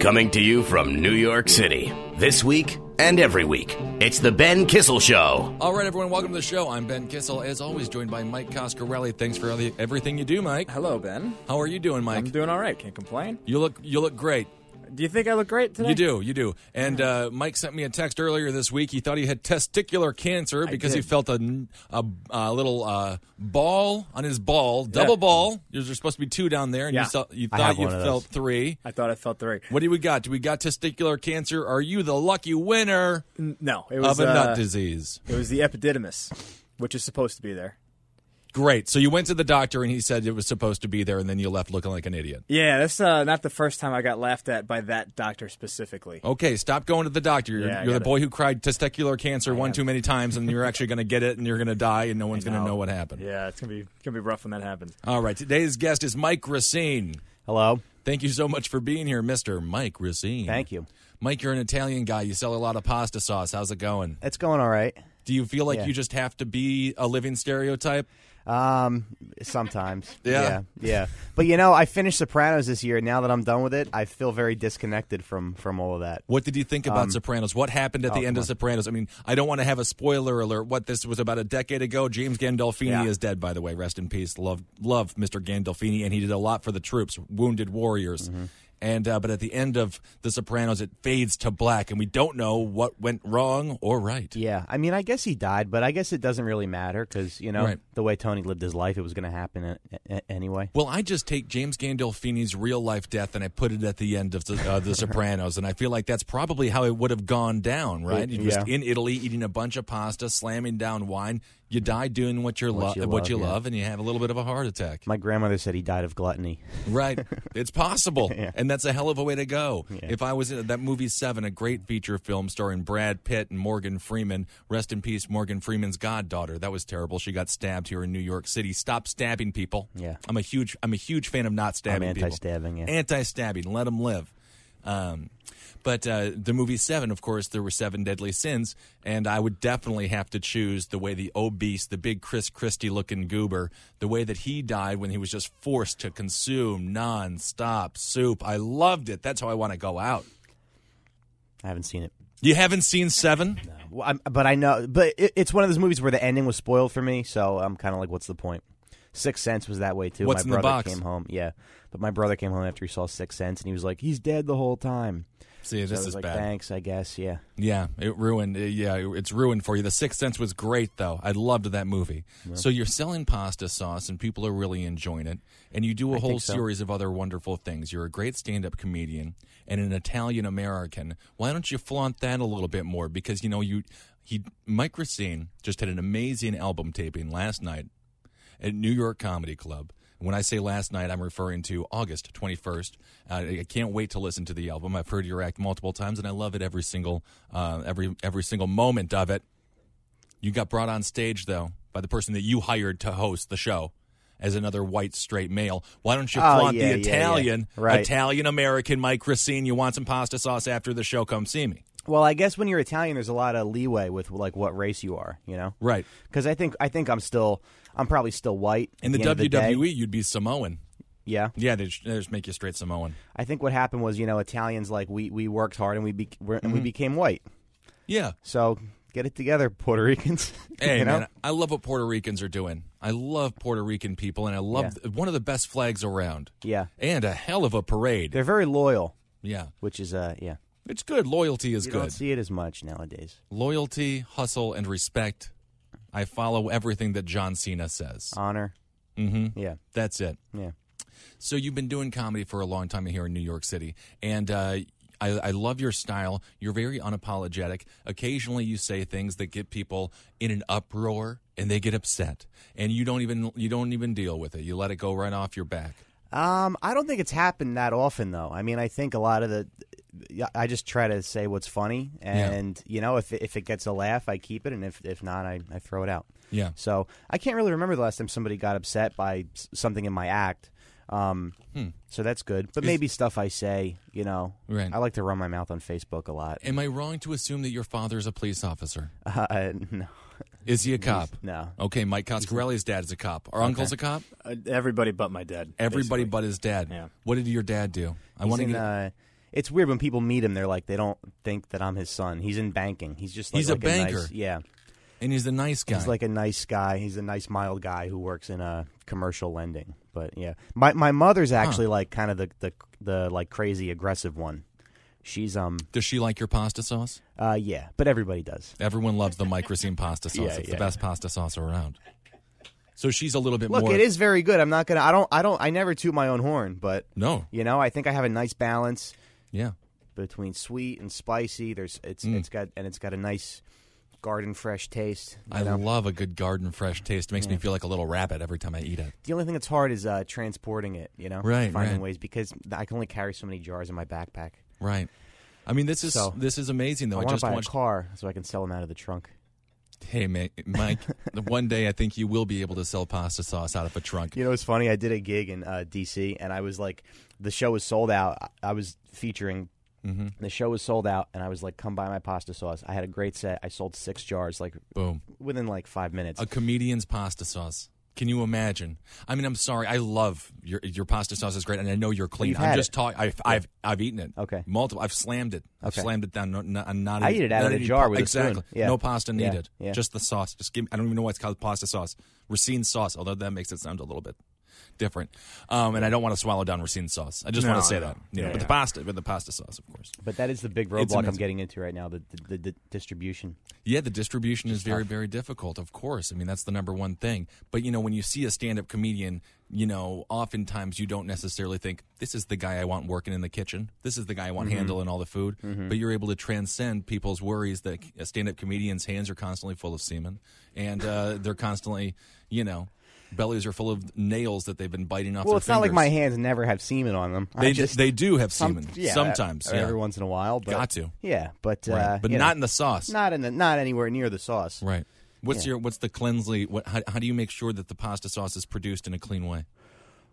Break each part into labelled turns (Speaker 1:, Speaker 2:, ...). Speaker 1: Coming to you from New York City. This week and every week, it's The Ben Kissel Show.
Speaker 2: All right, everyone, welcome to the show. I'm Ben Kissel, as always, joined by Mike Coscarelli. Thanks for all the, everything you do, Mike.
Speaker 3: Hello, Ben.
Speaker 2: How are you doing, Mike?
Speaker 3: I'm doing all right. Can't complain.
Speaker 2: you look you look great.
Speaker 3: Do you think I look great today?
Speaker 2: You do, you do. And uh, Mike sent me a text earlier this week. He thought he had testicular cancer because he
Speaker 3: did.
Speaker 2: felt a, n- a- a little uh, ball on his ball, double ball. There's supposed to be two down there, and
Speaker 3: Yeah.
Speaker 2: you, saw, you
Speaker 4: I
Speaker 2: thought
Speaker 4: have
Speaker 2: you
Speaker 4: one of
Speaker 2: felt
Speaker 4: those.
Speaker 2: three.
Speaker 3: I thought I felt three.
Speaker 2: What do we got? Do we got testicular cancer? Are you the lucky winner
Speaker 3: No, it was
Speaker 2: of a
Speaker 3: uh,
Speaker 2: nut disease?
Speaker 3: It was the epididymis, which is supposed to be there.
Speaker 2: Great. So you went to the doctor and he said it was supposed to be there, and then you left looking like an idiot.
Speaker 3: Yeah, that's uh, not the first time I got laughed at by that doctor specifically.
Speaker 2: Okay, stop going to the doctor. You're,
Speaker 3: Yeah, I
Speaker 2: you're the
Speaker 3: got it.
Speaker 2: boy who cried testicular cancer one too many times, and you're actually going to get it, and you're going to die, and no one's going to know what happened.
Speaker 3: Yeah, it's gonna be gonna be rough when that happens.
Speaker 2: All right, today's guest is Mike Racine.
Speaker 4: Hello.
Speaker 2: Thank you so much for being here, Mr. Mike Racine.
Speaker 4: Thank you.
Speaker 2: Mike, you're an Italian guy. You sell a lot of pasta sauce. How's it going?
Speaker 4: It's going all right.
Speaker 2: Do you feel like
Speaker 4: Yeah.
Speaker 2: you just have to be a living stereotype?
Speaker 4: Um, sometimes.
Speaker 2: Yeah.
Speaker 4: yeah. yeah. But you know, I finished Sopranos this year. Now that I'm done with it, I feel very disconnected from from all of that.
Speaker 2: What did you think about Sopranos? What happened at the end of Sopranos? I mean, I don't want to have a spoiler alert. What this was about a decade ago. James Gandolfini
Speaker 3: Yeah.
Speaker 2: is dead, by the way. Rest in peace. Love, love, Mr. Gandolfini, and he did a lot for the troops, wounded warriors. And uh, but at the end of the Sopranos, it fades to black, and we don't know what went wrong or right.
Speaker 4: Yeah. I mean, I guess he died, but I guess it doesn't really matter because you know
Speaker 2: Right.
Speaker 4: the way Tony lived his life, it was going to happen a- a- anyway.
Speaker 2: Well, I just take James Gandolfini's real life death and I put it at the end of the, uh, the Sopranos, and I feel like that's probably how it would have gone down, right? He was
Speaker 4: yeah.
Speaker 2: in Italy eating a bunch of pasta, slamming down wine. You die doing what, you're
Speaker 4: What
Speaker 2: lo-
Speaker 4: you
Speaker 2: what
Speaker 4: love,
Speaker 2: you
Speaker 4: yeah.
Speaker 2: love, and you have a little bit of a heart attack.
Speaker 4: My grandmother said he died of gluttony.
Speaker 2: Right. It's possible. And that's a hell of a way to go. If I was in that movie Seven, a great feature film starring Brad Pitt and Morgan Freeman, rest in peace, Morgan Freeman's goddaughter. That was terrible. She got stabbed here in New York City. Stop stabbing people.
Speaker 4: Yeah.
Speaker 2: I'm a huge I'm a huge fan of not stabbing people.
Speaker 4: anti-stabbing, yeah.
Speaker 2: Anti-stabbing. Let them live. Um, but uh, the movie Seven, of course, there were seven deadly sins, and I would definitely have to choose the way the obese, the big Chris Christie looking goober, the way that he died when he was just forced to consume nonstop soup. I loved it. That's how I want to go out.
Speaker 4: I haven't seen it.
Speaker 2: You haven't seen Seven?
Speaker 4: Well, I'm, but I know, but it, it's one of those movies where the ending was spoiled for me, so I'm kind of like, what's the point? Sixth Sense was that way too.
Speaker 2: What's
Speaker 4: my
Speaker 2: in the
Speaker 4: brother
Speaker 2: box?
Speaker 4: came home, yeah, but my brother came home after he saw Sixth Sense, and he was like, he's dead the whole time.
Speaker 2: See,
Speaker 4: So I
Speaker 2: this
Speaker 4: was
Speaker 2: is
Speaker 4: like,
Speaker 2: bad.
Speaker 4: thanks, I guess, yeah.
Speaker 2: Yeah, it ruined. uh, Yeah, it- it's ruined for you. The Sixth Sense was great, though. I loved that movie. So you're selling pasta sauce, and people are really enjoying it. And you do a whole
Speaker 4: so.
Speaker 2: series of other wonderful things. You're a great stand-up comedian and an Italian American. Why don't you flaunt that a little bit more? Because you know you, he Mike Racine just had an amazing album taping last night at New York Comedy Club. When I say last night, I'm referring to August 21st. Uh, I can't wait to listen to the album. I've heard your act multiple times, and I love it every single uh, every every single moment of it. You got brought on stage though by the person that you hired to host the show as another white straight male. Why don't you
Speaker 4: Oh,
Speaker 2: flaunt
Speaker 4: yeah, yeah,
Speaker 2: the
Speaker 4: yeah.
Speaker 2: Italian
Speaker 4: Right.
Speaker 2: Italian American Mike Racine? You want some pasta sauce after the show? Come see me.
Speaker 4: Well, I guess when you're Italian, there's a lot of leeway with like what race you are, you know?
Speaker 2: Right.
Speaker 4: Because I think I think I'm still I'm probably still white.
Speaker 2: In the,
Speaker 4: at
Speaker 2: E?
Speaker 4: the, end of the day.
Speaker 2: WWE, you'd be Samoan.
Speaker 4: yeah.
Speaker 2: Yeah, they just, they just make you straight Samoan.
Speaker 4: I think what happened was you know Italians like we we worked hard and we be, we're, and
Speaker 2: Mm-hmm.
Speaker 4: we became white.
Speaker 2: Yeah.
Speaker 4: So get it together, Puerto Ricans.
Speaker 2: Hey
Speaker 4: you know?
Speaker 2: man, I love what Puerto Ricans are doing. I love Puerto Rican people, and I love
Speaker 4: Yeah.
Speaker 2: th- one of the best flags around.
Speaker 4: Yeah.
Speaker 2: and a hell of a parade.
Speaker 4: They're very loyal,
Speaker 2: yeah,
Speaker 4: which is uh yeah.
Speaker 2: it's good. Loyalty is
Speaker 4: You
Speaker 2: good.
Speaker 4: don't see it as much nowadays.
Speaker 2: Loyalty, hustle, and respect. I follow everything that John Cena says.
Speaker 4: Honor. Mm-hmm. Yeah.
Speaker 2: That's it.
Speaker 4: Yeah.
Speaker 2: So you've been doing comedy for a long time here in New York City, and uh, I, I love your style. You're very unapologetic. Occasionally, you say things that get people in an uproar, and they get upset, and you don't even you don't even deal with it. You let it go right off your back.
Speaker 4: Um, I don't think it's happened that often, though. I mean, I think a lot of the, yeah, I just try to say what's funny, and you know, if if it gets a laugh, I keep it, and if if not, I, I throw it out.
Speaker 2: Yeah.
Speaker 4: So I can't really remember the last time somebody got upset by s- something in my act. Um,
Speaker 2: Hmm.
Speaker 4: so that's good, but maybe stuff I say, you know,
Speaker 2: Right.
Speaker 4: I like to run my mouth on Facebook a lot.
Speaker 2: Am I wrong to assume that your father's a police officer?
Speaker 4: Uh, no,
Speaker 2: Is he a cop?
Speaker 4: no.
Speaker 2: Okay, Mike Coscarelli's dad's a cop. Our uncle's a cop.
Speaker 3: Uh, everybody but my dad.
Speaker 2: Everybody
Speaker 3: basically.
Speaker 2: but his dad.
Speaker 3: Yeah.
Speaker 2: What did your dad do? I
Speaker 4: He's
Speaker 2: want to
Speaker 4: in,
Speaker 2: get.
Speaker 4: uh, it's weird when people meet him. They're like, they don't think that I'm his son. He's in banking. He's just like,
Speaker 2: He's a
Speaker 4: like nice-
Speaker 2: banker.
Speaker 4: yeah,
Speaker 2: and he's the nice guy.
Speaker 4: he's like a nice guy. He's a nice, mild guy who works in a commercial lending. But yeah, my my mother's actually like kind of the, the the like crazy aggressive one. She's um
Speaker 2: Does she like your pasta sauce?
Speaker 4: uh yeah, but everybody does.
Speaker 2: Everyone loves the microsine pasta sauce.
Speaker 4: Yeah,
Speaker 2: it's the
Speaker 4: yeah.
Speaker 2: best pasta sauce around. So she's a little bit
Speaker 4: Look,
Speaker 2: more.
Speaker 4: it is very good. I'm not gonna. I don't. I don't. I never toot my own horn, but
Speaker 2: No,
Speaker 4: you know, I think I have a nice balance
Speaker 2: yeah.
Speaker 4: between sweet and spicy. There's it's
Speaker 2: Mm.
Speaker 4: it's got and it's got a nice garden fresh taste. you
Speaker 2: I
Speaker 4: know?
Speaker 2: love a good garden fresh taste. It makes me feel like a little rabbit every time I eat it.
Speaker 4: The only thing that's hard is uh, transporting it. You know,
Speaker 2: Right,
Speaker 4: Finding
Speaker 2: right.
Speaker 4: ways because I can only carry so many jars in my backpack.
Speaker 2: Right. I mean, this is
Speaker 4: So-
Speaker 2: this is amazing though.
Speaker 4: I
Speaker 2: I,
Speaker 4: want to
Speaker 2: just
Speaker 4: buy
Speaker 2: watched.
Speaker 4: a car so I can sell them out of the trunk.
Speaker 2: Hey, Ma- Mike. the one day I think you will be able to sell pasta sauce out of a trunk.
Speaker 4: You know, it's funny. I did a gig in uh, DC, and I was like, the show was sold out. I- I was featuring.
Speaker 2: Mm-hmm.
Speaker 4: The show was sold out, and I was like, "Come buy my pasta sauce." I had a great set. I sold six jars, like
Speaker 2: Boom.
Speaker 4: within like five minutes.
Speaker 2: A comedian's pasta sauce. Can you imagine? I mean, I'm sorry. I love your your pasta sauce is great, and I know you're clean.
Speaker 4: You've
Speaker 2: I'm
Speaker 4: had
Speaker 2: just
Speaker 4: it.
Speaker 2: talking. I've, I've I've eaten it.
Speaker 4: Okay.
Speaker 2: Multiple. I've slammed it. I've
Speaker 4: Okay.
Speaker 2: slammed it down. No, no, I'm not.
Speaker 4: I
Speaker 2: eating-
Speaker 4: eat it out
Speaker 2: not
Speaker 4: of the
Speaker 2: eating
Speaker 4: jar with a spoon.
Speaker 2: exactly.
Speaker 4: Yeah.
Speaker 2: No pasta
Speaker 4: Yeah,
Speaker 2: needed.
Speaker 4: yeah.
Speaker 2: Just the sauce. Just give. Me, I don't even know why it's called pasta sauce. Racine sauce. Although that makes it sound a little bit different. Um, and I don't want to swallow down Racine sauce. I just want to say that. You know, but the pasta, but the pasta sauce, of course.
Speaker 4: But that is the big
Speaker 2: It's
Speaker 4: roadblock I'm
Speaker 2: amazing.
Speaker 4: getting into right now the, the, the, the distribution.
Speaker 2: Yeah, the distribution is very, very difficult, of course. I mean, that's the number one thing. But, you know, when you see a stand up comedian, you know, oftentimes you don't necessarily think, this is the guy I want working in the kitchen. This is the guy I want
Speaker 4: Mm-hmm.
Speaker 2: handling all the food. But you're able to transcend people's worries that a stand up comedian's hands are constantly full of semen and uh, they're constantly, you know, bellies are full of nails that they've been biting off
Speaker 4: Well,
Speaker 2: their
Speaker 4: it's not like
Speaker 2: fingers.
Speaker 4: my hands never have semen on them. I
Speaker 2: They,
Speaker 4: just-
Speaker 2: they do have
Speaker 4: some-
Speaker 2: semen
Speaker 4: yeah,
Speaker 2: sometimes.
Speaker 4: every
Speaker 2: yeah.
Speaker 4: once in a while. But,
Speaker 2: Got to.
Speaker 4: Yeah, but uh,
Speaker 2: Right. But
Speaker 4: you
Speaker 2: not
Speaker 4: know,
Speaker 2: in the sauce.
Speaker 4: not in the, not anywhere near the sauce.
Speaker 2: Right. What's your what's the cleansely? What how, how do you make sure that the pasta sauce is produced in a clean way?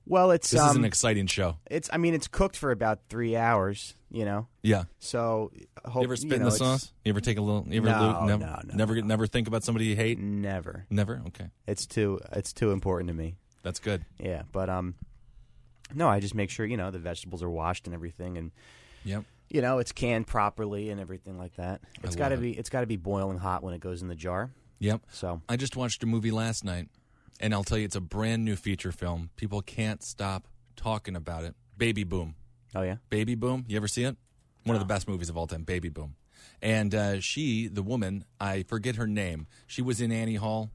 Speaker 4: Well, it's
Speaker 2: This is
Speaker 4: um,
Speaker 2: an exciting show.
Speaker 4: it's I mean it's cooked for about three hours. You know,
Speaker 2: Yeah.
Speaker 4: so
Speaker 2: You
Speaker 4: hope,
Speaker 2: ever spit
Speaker 4: Oh, you
Speaker 2: in
Speaker 4: know,
Speaker 2: the
Speaker 4: it's-
Speaker 2: sauce? You ever take a little? You ever
Speaker 4: No,
Speaker 2: loo- never,
Speaker 4: no, no,
Speaker 2: never, get- never think about somebody you hate.
Speaker 4: Never.
Speaker 2: Never. Okay,
Speaker 4: It's too it's too important to me.
Speaker 2: that's good.
Speaker 4: Yeah, but um, no, I just make sure you know the vegetables are washed and everything, and
Speaker 2: Yep.
Speaker 4: you know it's canned properly and everything like that. It's got to
Speaker 2: love it.
Speaker 4: be it's got to be boiling hot when it goes in the jar.
Speaker 2: Yep.
Speaker 4: So
Speaker 2: I just watched a movie last night, and I'll tell you, it's a brand new feature film. People can't stop talking about it. Baby Boom.
Speaker 4: oh yeah,
Speaker 2: Baby Boom. You ever see it? One of the best movies of all time, Baby Boom. And uh, she, the woman, I forget her name. She was in Annie Hall.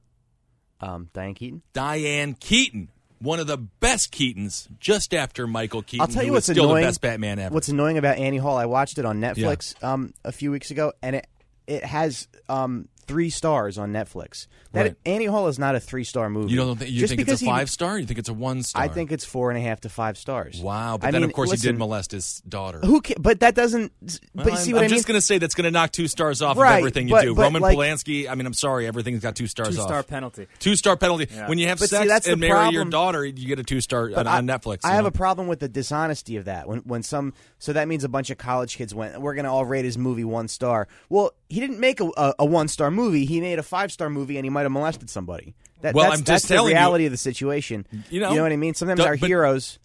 Speaker 4: um, Diane Keaton.
Speaker 2: Diane Keaton, one of the best Keatons, just after Michael Keaton.
Speaker 4: I'll tell you
Speaker 2: who is
Speaker 4: what's
Speaker 2: still
Speaker 4: annoying.
Speaker 2: the best Batman ever.
Speaker 4: What's annoying about Annie Hall? I watched it on Netflix um, a few weeks ago, and it it has um, three stars on Netflix. That
Speaker 2: Right.
Speaker 4: Annie Hall is not a three star movie.
Speaker 2: you don't think, you
Speaker 4: Just
Speaker 2: think
Speaker 4: because
Speaker 2: it's a
Speaker 4: he-
Speaker 2: five star? You think it's a one star?
Speaker 4: I think it's four and a half to five stars.
Speaker 2: Wow, but
Speaker 4: I
Speaker 2: then
Speaker 4: mean,
Speaker 2: of course he
Speaker 4: listen,
Speaker 2: did molest his daughter.
Speaker 4: Who? Ca- but that doesn't.
Speaker 2: Well,
Speaker 4: but you
Speaker 2: I'm-
Speaker 4: see what
Speaker 2: I'm
Speaker 4: I mean?
Speaker 2: just going to say that's going to knock two stars off
Speaker 4: Right,
Speaker 2: of everything you
Speaker 4: but-
Speaker 2: do.
Speaker 4: but,
Speaker 2: Roman
Speaker 4: like-
Speaker 2: Polanski. I mean, I'm sorry, everything's got two stars
Speaker 3: Two
Speaker 2: off.
Speaker 3: star penalty.
Speaker 2: Two star penalty. When you have
Speaker 4: But see,
Speaker 2: sex
Speaker 4: that's the
Speaker 2: and marry your
Speaker 4: problem.
Speaker 2: daughter, you get a two star on,
Speaker 4: I-
Speaker 2: on Netflix.
Speaker 4: I
Speaker 2: you
Speaker 4: have
Speaker 2: know?
Speaker 4: a problem with the dishonesty of that. When when some so that means a bunch of college kids went. We're gonna all rate his movie one star. Well, he didn't make a, a, a one star movie. He made a five star movie, and he might have molested somebody. That,
Speaker 2: Well, I'm
Speaker 4: that's,
Speaker 2: just
Speaker 4: that's the
Speaker 2: telling you-
Speaker 4: reality of the situation.
Speaker 2: You know,
Speaker 4: what I mean. Sometimes
Speaker 2: duh,
Speaker 4: our
Speaker 2: but-
Speaker 4: heroes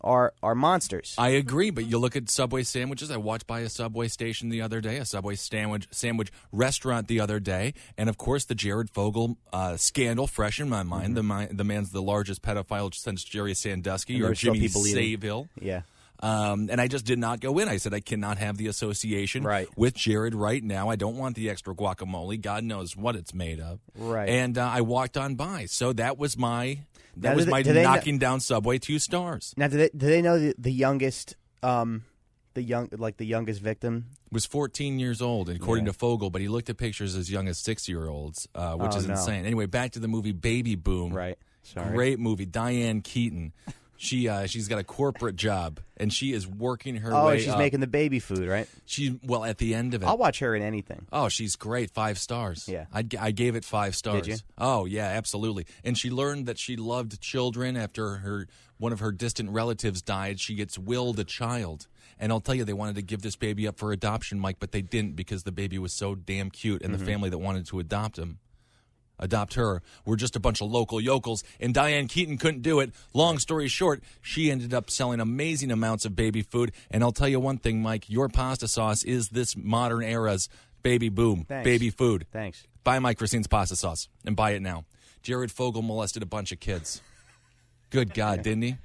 Speaker 4: are are monsters.
Speaker 2: I agree, but you look at Subway sandwiches. I walked by a Subway station the other day, a Subway sandwich sandwich restaurant the other day, and of course the Jared Fogle uh, scandal fresh in my mind.
Speaker 4: Mm-hmm.
Speaker 2: The mi- the man's the largest pedophile since Jerry Sandusky
Speaker 4: there
Speaker 2: or
Speaker 4: were still
Speaker 2: Jimmy
Speaker 4: people eating.
Speaker 2: Savile.
Speaker 4: yeah.
Speaker 2: Um, and I just did not go in. I said I cannot have the association
Speaker 4: Right.
Speaker 2: with Jared right now. I don't want the extra guacamole. God knows what it's made of.
Speaker 4: Right.
Speaker 2: And uh, I walked on by. So that was my that
Speaker 4: Now, do
Speaker 2: was
Speaker 4: they-
Speaker 2: my
Speaker 4: do they kn-
Speaker 2: knocking down Subway two stars.
Speaker 4: Now, do they do they know the, the youngest um the young like the youngest victim?
Speaker 2: was 14 years old, according to Fogel, but he looked at pictures as young as six year olds, uh, which
Speaker 4: Oh,
Speaker 2: is
Speaker 4: no.
Speaker 2: insane. Anyway, back to the movie Baby Boom.
Speaker 4: Sorry.
Speaker 2: Great movie. Diane Keaton. She uh, she's got a corporate job and she is working her
Speaker 4: Oh,
Speaker 2: way.
Speaker 4: she's
Speaker 2: up.
Speaker 4: making the baby food, right?
Speaker 2: She well at the end of it.
Speaker 4: I'll watch her in anything.
Speaker 2: Oh, she's great. Five stars.
Speaker 4: Yeah.
Speaker 2: I, g- I gave it five stars.
Speaker 4: you?
Speaker 2: Oh, yeah, absolutely. And she learned that she loved children after her one of her distant relatives died. She gets willed a child. And I'll tell you, they wanted to give this baby up for
Speaker 4: Mm-hmm.
Speaker 2: adoption, Mike, but they didn't because the baby was so damn cute and the family that wanted to adopt him adopt her. We're just a bunch of local yokels, and Diane Keaton couldn't do it. Long story short, she ended up selling amazing amounts of baby food. And I'll tell you one thing, Mike, your pasta sauce is this modern era's baby boom,
Speaker 4: Thanks.
Speaker 2: baby food.
Speaker 4: Thanks.
Speaker 2: Buy Mike Racine's pasta sauce and buy it now. Jared Fogle molested a bunch of kids. Good God, didn't he?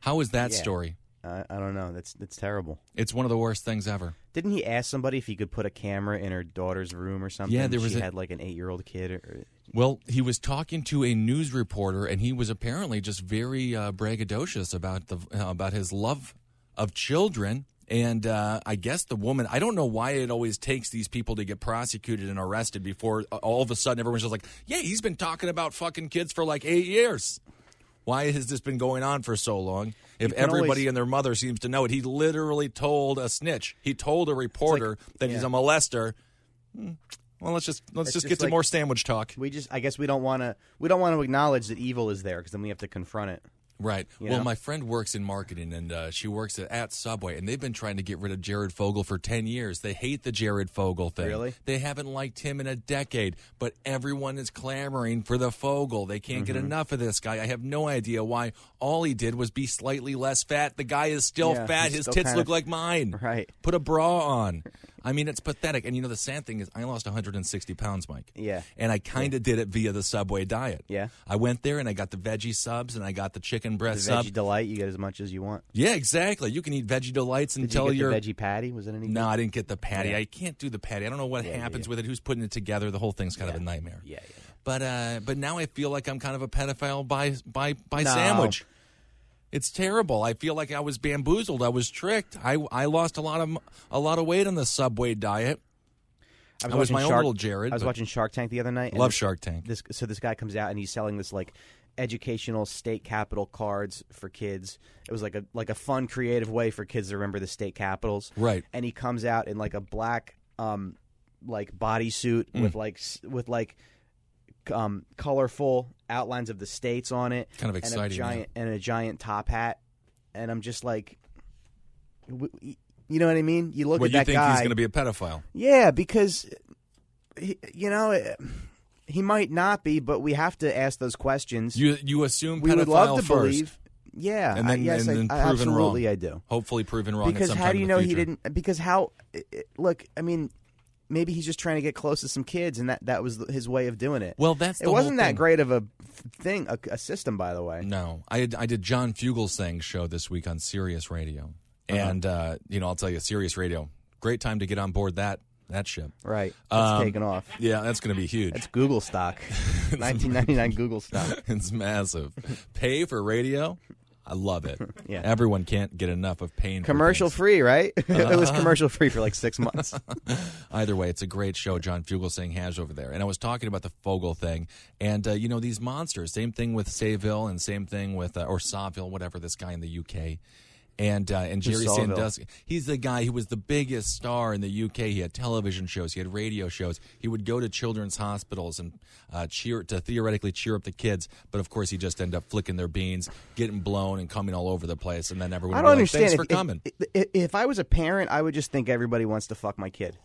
Speaker 2: How is that story?
Speaker 4: I I don't know. That's that's terrible.
Speaker 2: It's one of the worst things ever.
Speaker 4: Didn't he ask somebody if he could put a camera in her daughter's room or something?
Speaker 2: there was
Speaker 4: she
Speaker 2: a-
Speaker 4: had like an eight-year-old kid. Or, uh, or-
Speaker 2: Well, he was talking to a news reporter, and he was apparently just very uh, braggadocious about the uh, about his love of children. And uh, I guess the woman, I don't know why it always takes these people to get prosecuted and arrested before uh, all of a sudden everyone's just like, yeah, he's been talking about fucking kids for like eight years. Why has this been going on for so long? If
Speaker 4: can always-
Speaker 2: everybody and their mother seems to know it, he literally told a snitch. He told a reporter that he's a
Speaker 4: yeah.
Speaker 2: molester. Hmm. Well, let's just let's
Speaker 4: It's
Speaker 2: just,
Speaker 4: just
Speaker 2: get to
Speaker 4: like-
Speaker 2: more sandwich talk.
Speaker 4: we just, I guess, we don't want to. We don't want to acknowledge that evil is there because then we have to confront it.
Speaker 2: Right. well,
Speaker 4: know?
Speaker 2: my friend works in marketing, and uh, she works at, at Subway, and they've been trying to get rid of Jared Fogle for ten years. They hate the Jared Fogle thing.
Speaker 4: Really?
Speaker 2: They haven't liked him in a decade, but everyone is clamoring for the Fogle. They can't
Speaker 4: Mm-hmm.
Speaker 2: get enough of this guy. I have no idea why. All he did was be slightly less fat. The guy is still
Speaker 4: Yeah,
Speaker 2: fat.
Speaker 4: he's
Speaker 2: His
Speaker 4: still
Speaker 2: tits
Speaker 4: kind
Speaker 2: look
Speaker 4: of-
Speaker 2: like mine.
Speaker 4: Right.
Speaker 2: Put a bra on. I mean, it's pathetic. And you know, the sad thing is, I lost 160 pounds, Mike.
Speaker 4: Yeah.
Speaker 2: And I kind of did it via the Subway diet.
Speaker 4: Yeah.
Speaker 2: I went there and I got the veggie subs and I got the chicken
Speaker 4: The
Speaker 2: breast sub.
Speaker 4: veggie delight, you get as much as you want.
Speaker 2: Yeah, exactly. You can eat veggie delights
Speaker 4: Did you
Speaker 2: until
Speaker 4: get
Speaker 2: are
Speaker 4: the veggie patty? Was it any?
Speaker 2: No, I didn't get the patty. I can't do the patty. I don't know what happens with it. Who's putting it together? The whole thing's kind of a nightmare.
Speaker 4: Yeah, yeah, yeah.
Speaker 2: But uh, but now I feel like I'm kind of a pedophile by by by
Speaker 4: No.
Speaker 2: sandwich. It's terrible. I feel like I was bamboozled. I was tricked. I I lost a lot of a lot of weight on the subway diet.
Speaker 4: I
Speaker 2: I was
Speaker 4: watching
Speaker 2: my own
Speaker 4: Shark,
Speaker 2: little Jared,
Speaker 4: I was
Speaker 2: but-
Speaker 4: watching Shark Tank the other night. and
Speaker 2: Love
Speaker 4: this-
Speaker 2: Shark Tank.
Speaker 4: This so this guy comes out and he's selling this like educational state capital cards for kids. It was like a like a fun creative way for kids to remember the state capitals.
Speaker 2: Right.
Speaker 4: And he comes out in like a black um like bodysuit
Speaker 2: Mm.
Speaker 4: with like s- with like c- um colorful outlines of the states on it.
Speaker 2: Kind of
Speaker 4: And a
Speaker 2: exciting, yeah.
Speaker 4: giant and a giant top hat. And I'm just like w- y- you know what I mean? You look
Speaker 2: Well,
Speaker 4: at
Speaker 2: you
Speaker 4: that
Speaker 2: think
Speaker 4: guy.
Speaker 2: he's going to be a pedophile?
Speaker 4: Yeah, because he, you know eh, he might not be, but we have to ask those questions.
Speaker 2: You you assume
Speaker 4: we
Speaker 2: pedophile
Speaker 4: would love to
Speaker 2: first,
Speaker 4: believe. Yeah,
Speaker 2: and then,
Speaker 4: I, yes,
Speaker 2: and then
Speaker 4: I, I
Speaker 2: proven
Speaker 4: absolutely
Speaker 2: wrong.
Speaker 4: I do.
Speaker 2: Hopefully proven wrong. at
Speaker 4: because
Speaker 2: some
Speaker 4: how
Speaker 2: time
Speaker 4: do you
Speaker 2: in the
Speaker 4: know he
Speaker 2: future.
Speaker 4: didn't? Because how? eh, eh, Look, I mean, maybe he's just trying to get close to some kids, and that that was his way of doing it.
Speaker 2: Well, that's
Speaker 4: it
Speaker 2: the whole
Speaker 4: wasn't
Speaker 2: thing. Mm.
Speaker 4: that great of a f- thing, a, a system, by the way.
Speaker 2: No, I I did John Fugelsang's show this week on Sirius Radio, and uh, you know I'll tell you, Sirius Radio, great time to get on board that that ship.
Speaker 4: Right, it's
Speaker 2: Um,
Speaker 4: taken off.
Speaker 2: Yeah, that's going to be huge.
Speaker 4: It's Google stock, 1999 Google stock.
Speaker 2: it's massive. Pay for radio, I love it.
Speaker 4: Yeah.
Speaker 2: everyone can't get enough of paying. for
Speaker 4: Commercial
Speaker 2: things.
Speaker 4: free, right? it
Speaker 2: Uh-huh.
Speaker 4: was commercial free for like six months.
Speaker 2: Either way, it's a great show John Fugelsang has over there. And I was talking about the Fogel thing, and uh, you know these monsters. Same thing with Sayville, and same thing with uh, or Saville, whatever this guy in the UK. And uh, and Jerry
Speaker 4: Saville?
Speaker 2: Sandusky, he's the guy who was the biggest star in the UK. He had television shows, he had radio shows. He would go to children's hospitals and uh, cheer to theoretically cheer up the kids, but of course he just ended up flicking their beans, getting blown, and coming all over the place. And then everyone,
Speaker 4: I
Speaker 2: would be
Speaker 4: don't
Speaker 2: like,
Speaker 4: understand.
Speaker 2: Thanks
Speaker 4: if,
Speaker 2: for
Speaker 4: if-
Speaker 2: coming,
Speaker 4: i- i- If, I was a parent, I would just think everybody wants to fuck my kid.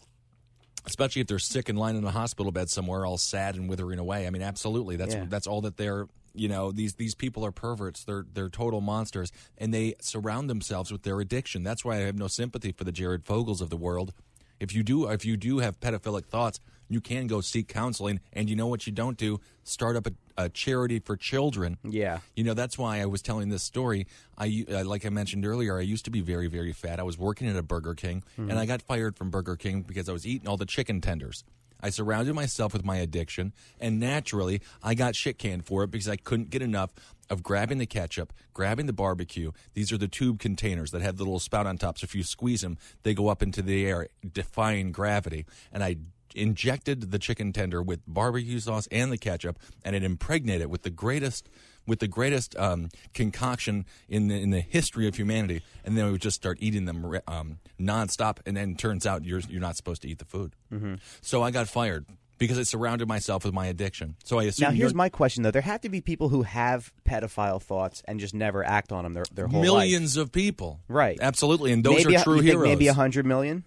Speaker 2: especially if they're sick and lying in a hospital bed somewhere, all sad and withering away. I mean, absolutely, that's
Speaker 4: Yeah.
Speaker 2: that's all that they're. You know, these these people are perverts. They're they're total monsters, and they surround themselves with their addiction. That's why I have no sympathy for the Jared Fogels of the world. If you do, if you do have pedophilic thoughts, you can go seek counseling. And you know what you don't do? Start up a, a charity for children.
Speaker 4: Yeah.
Speaker 2: You know, that's why I was telling this story. I, u- uh, like I mentioned earlier, I used to be very, very fat. I was working at a Burger King, and I got fired from Burger King because I was eating all the chicken tenders. I surrounded myself with my addiction, and naturally, I got shit canned for it because I couldn't get enough of grabbing the ketchup, grabbing the barbecue. These are the tube containers that have the little spout on top. So if you squeeze them, they go up into the air, defying gravity. And I injected the chicken tender with barbecue sauce and the ketchup, and it impregnated it with the greatest with the greatest um, concoction in the, in the history of humanity. And then we would just start eating them re- um, nonstop. And then turns out you're you're not supposed to eat the food. Mm-hmm. So I got fired because I surrounded myself with my addiction. So I assume
Speaker 4: Now, here's
Speaker 2: you're-
Speaker 4: my question though: There have to be people who have pedophile thoughts and just never act on them their, their whole life.
Speaker 2: millions of people,
Speaker 4: Right.
Speaker 2: Absolutely, and those
Speaker 4: maybe,
Speaker 2: are
Speaker 4: a-
Speaker 2: true
Speaker 4: you think
Speaker 2: heroes.
Speaker 4: Maybe a hundred million.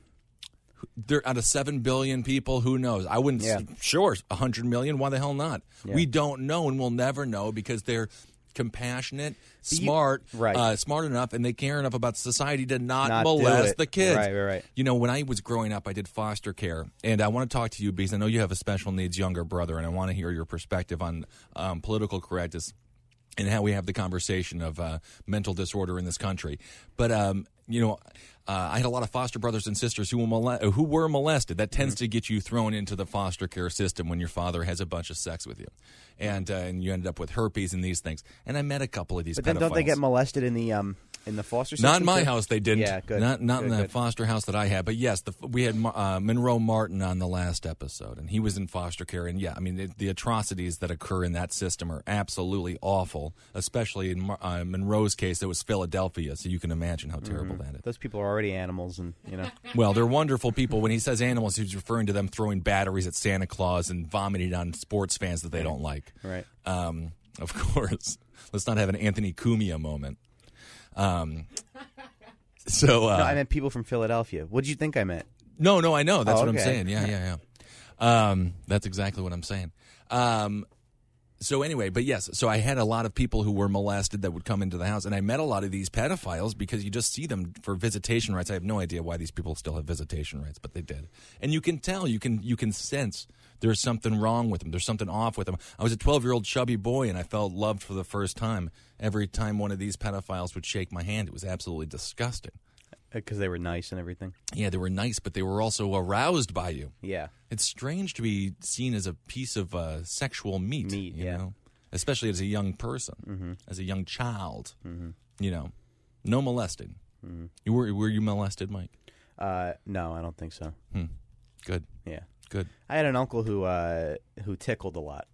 Speaker 2: They're out of seven billion people. Who knows? I wouldn't.
Speaker 4: Yeah.
Speaker 2: s Sure, a hundred million. Why the hell not? We don't know, and we'll never know because they're compassionate, smart,
Speaker 4: right.
Speaker 2: uh, smart enough, and they care enough about society to not,
Speaker 4: Not do
Speaker 2: molest
Speaker 4: it.
Speaker 2: the kids.
Speaker 4: Right, right, right.
Speaker 2: You know, when I was growing up, I did foster care, and I want to talk to you because I know you have a special needs younger brother, and I want to hear your perspective on um, political correctness and how we have the conversation of uh, mental disorder in this country. But um, you know, uh, I had a lot of foster brothers and sisters who were, mole- who were molested. That tends
Speaker 4: Mm-hmm.
Speaker 2: to get you thrown into the foster care system when your father has a bunch of sex with you, and uh, and you ended up with herpes and these things. And I met a couple of these.
Speaker 4: But then don't they
Speaker 2: pedophiles.
Speaker 4: get molested in the um in the foster system?
Speaker 2: Not in my
Speaker 4: too?
Speaker 2: house, they didn't.
Speaker 4: Yeah, good.
Speaker 2: Not not in
Speaker 4: Good,
Speaker 2: the
Speaker 4: good.
Speaker 2: foster house that I had. But yes, the, we had uh, Monroe Martin on the last episode, and he was in foster care. And yeah, I mean, the, the atrocities that occur in that system are absolutely awful. Especially in Mar- uh, Monroe's case, it was Philadelphia, so you can imagine how terrible that is.
Speaker 4: Those people are already animals, and you know.
Speaker 2: Well, they're wonderful people. When he says animals, he's referring to them throwing batteries at Santa Claus and vomiting on sports fans that they don't like.
Speaker 4: Right.
Speaker 2: Um, of course, let's not have an Anthony Cumia moment. Um, so uh,
Speaker 4: No, I meant people from Philadelphia. What did you think I meant?
Speaker 2: No, no, I know. That's
Speaker 4: Oh,
Speaker 2: what I'm
Speaker 4: okay.
Speaker 2: saying. Yeah, yeah, yeah. Um, that's exactly what I'm saying. Um, so anyway, but yes, so I had a lot of people who were molested that would come into the house, and I met a lot of these pedophiles because you just see them for visitation rights. I have no idea why these people still have visitation rights, but they did, and you can tell, you can you can sense there's something wrong with them. There's something off with them. I was a 12 year old chubby boy, and I felt loved for the first time every time one of these pedophiles would shake my hand. It was absolutely disgusting.
Speaker 4: Because Uh, they were nice and everything.
Speaker 2: Yeah, they were nice, but they were also aroused by you.
Speaker 4: Yeah.
Speaker 2: It's strange to be seen as a piece of uh, sexual meat,
Speaker 4: Meat,
Speaker 2: you
Speaker 4: yeah. Mm-hmm.
Speaker 2: know, especially as a young person, as a young child. You know, no molesting.
Speaker 4: Mm-hmm.
Speaker 2: You were were you molested, Mike?
Speaker 4: Uh, no, I don't think so.
Speaker 2: Good,
Speaker 4: Yeah.
Speaker 2: good.
Speaker 4: I had an uncle who uh, who tickled a lot,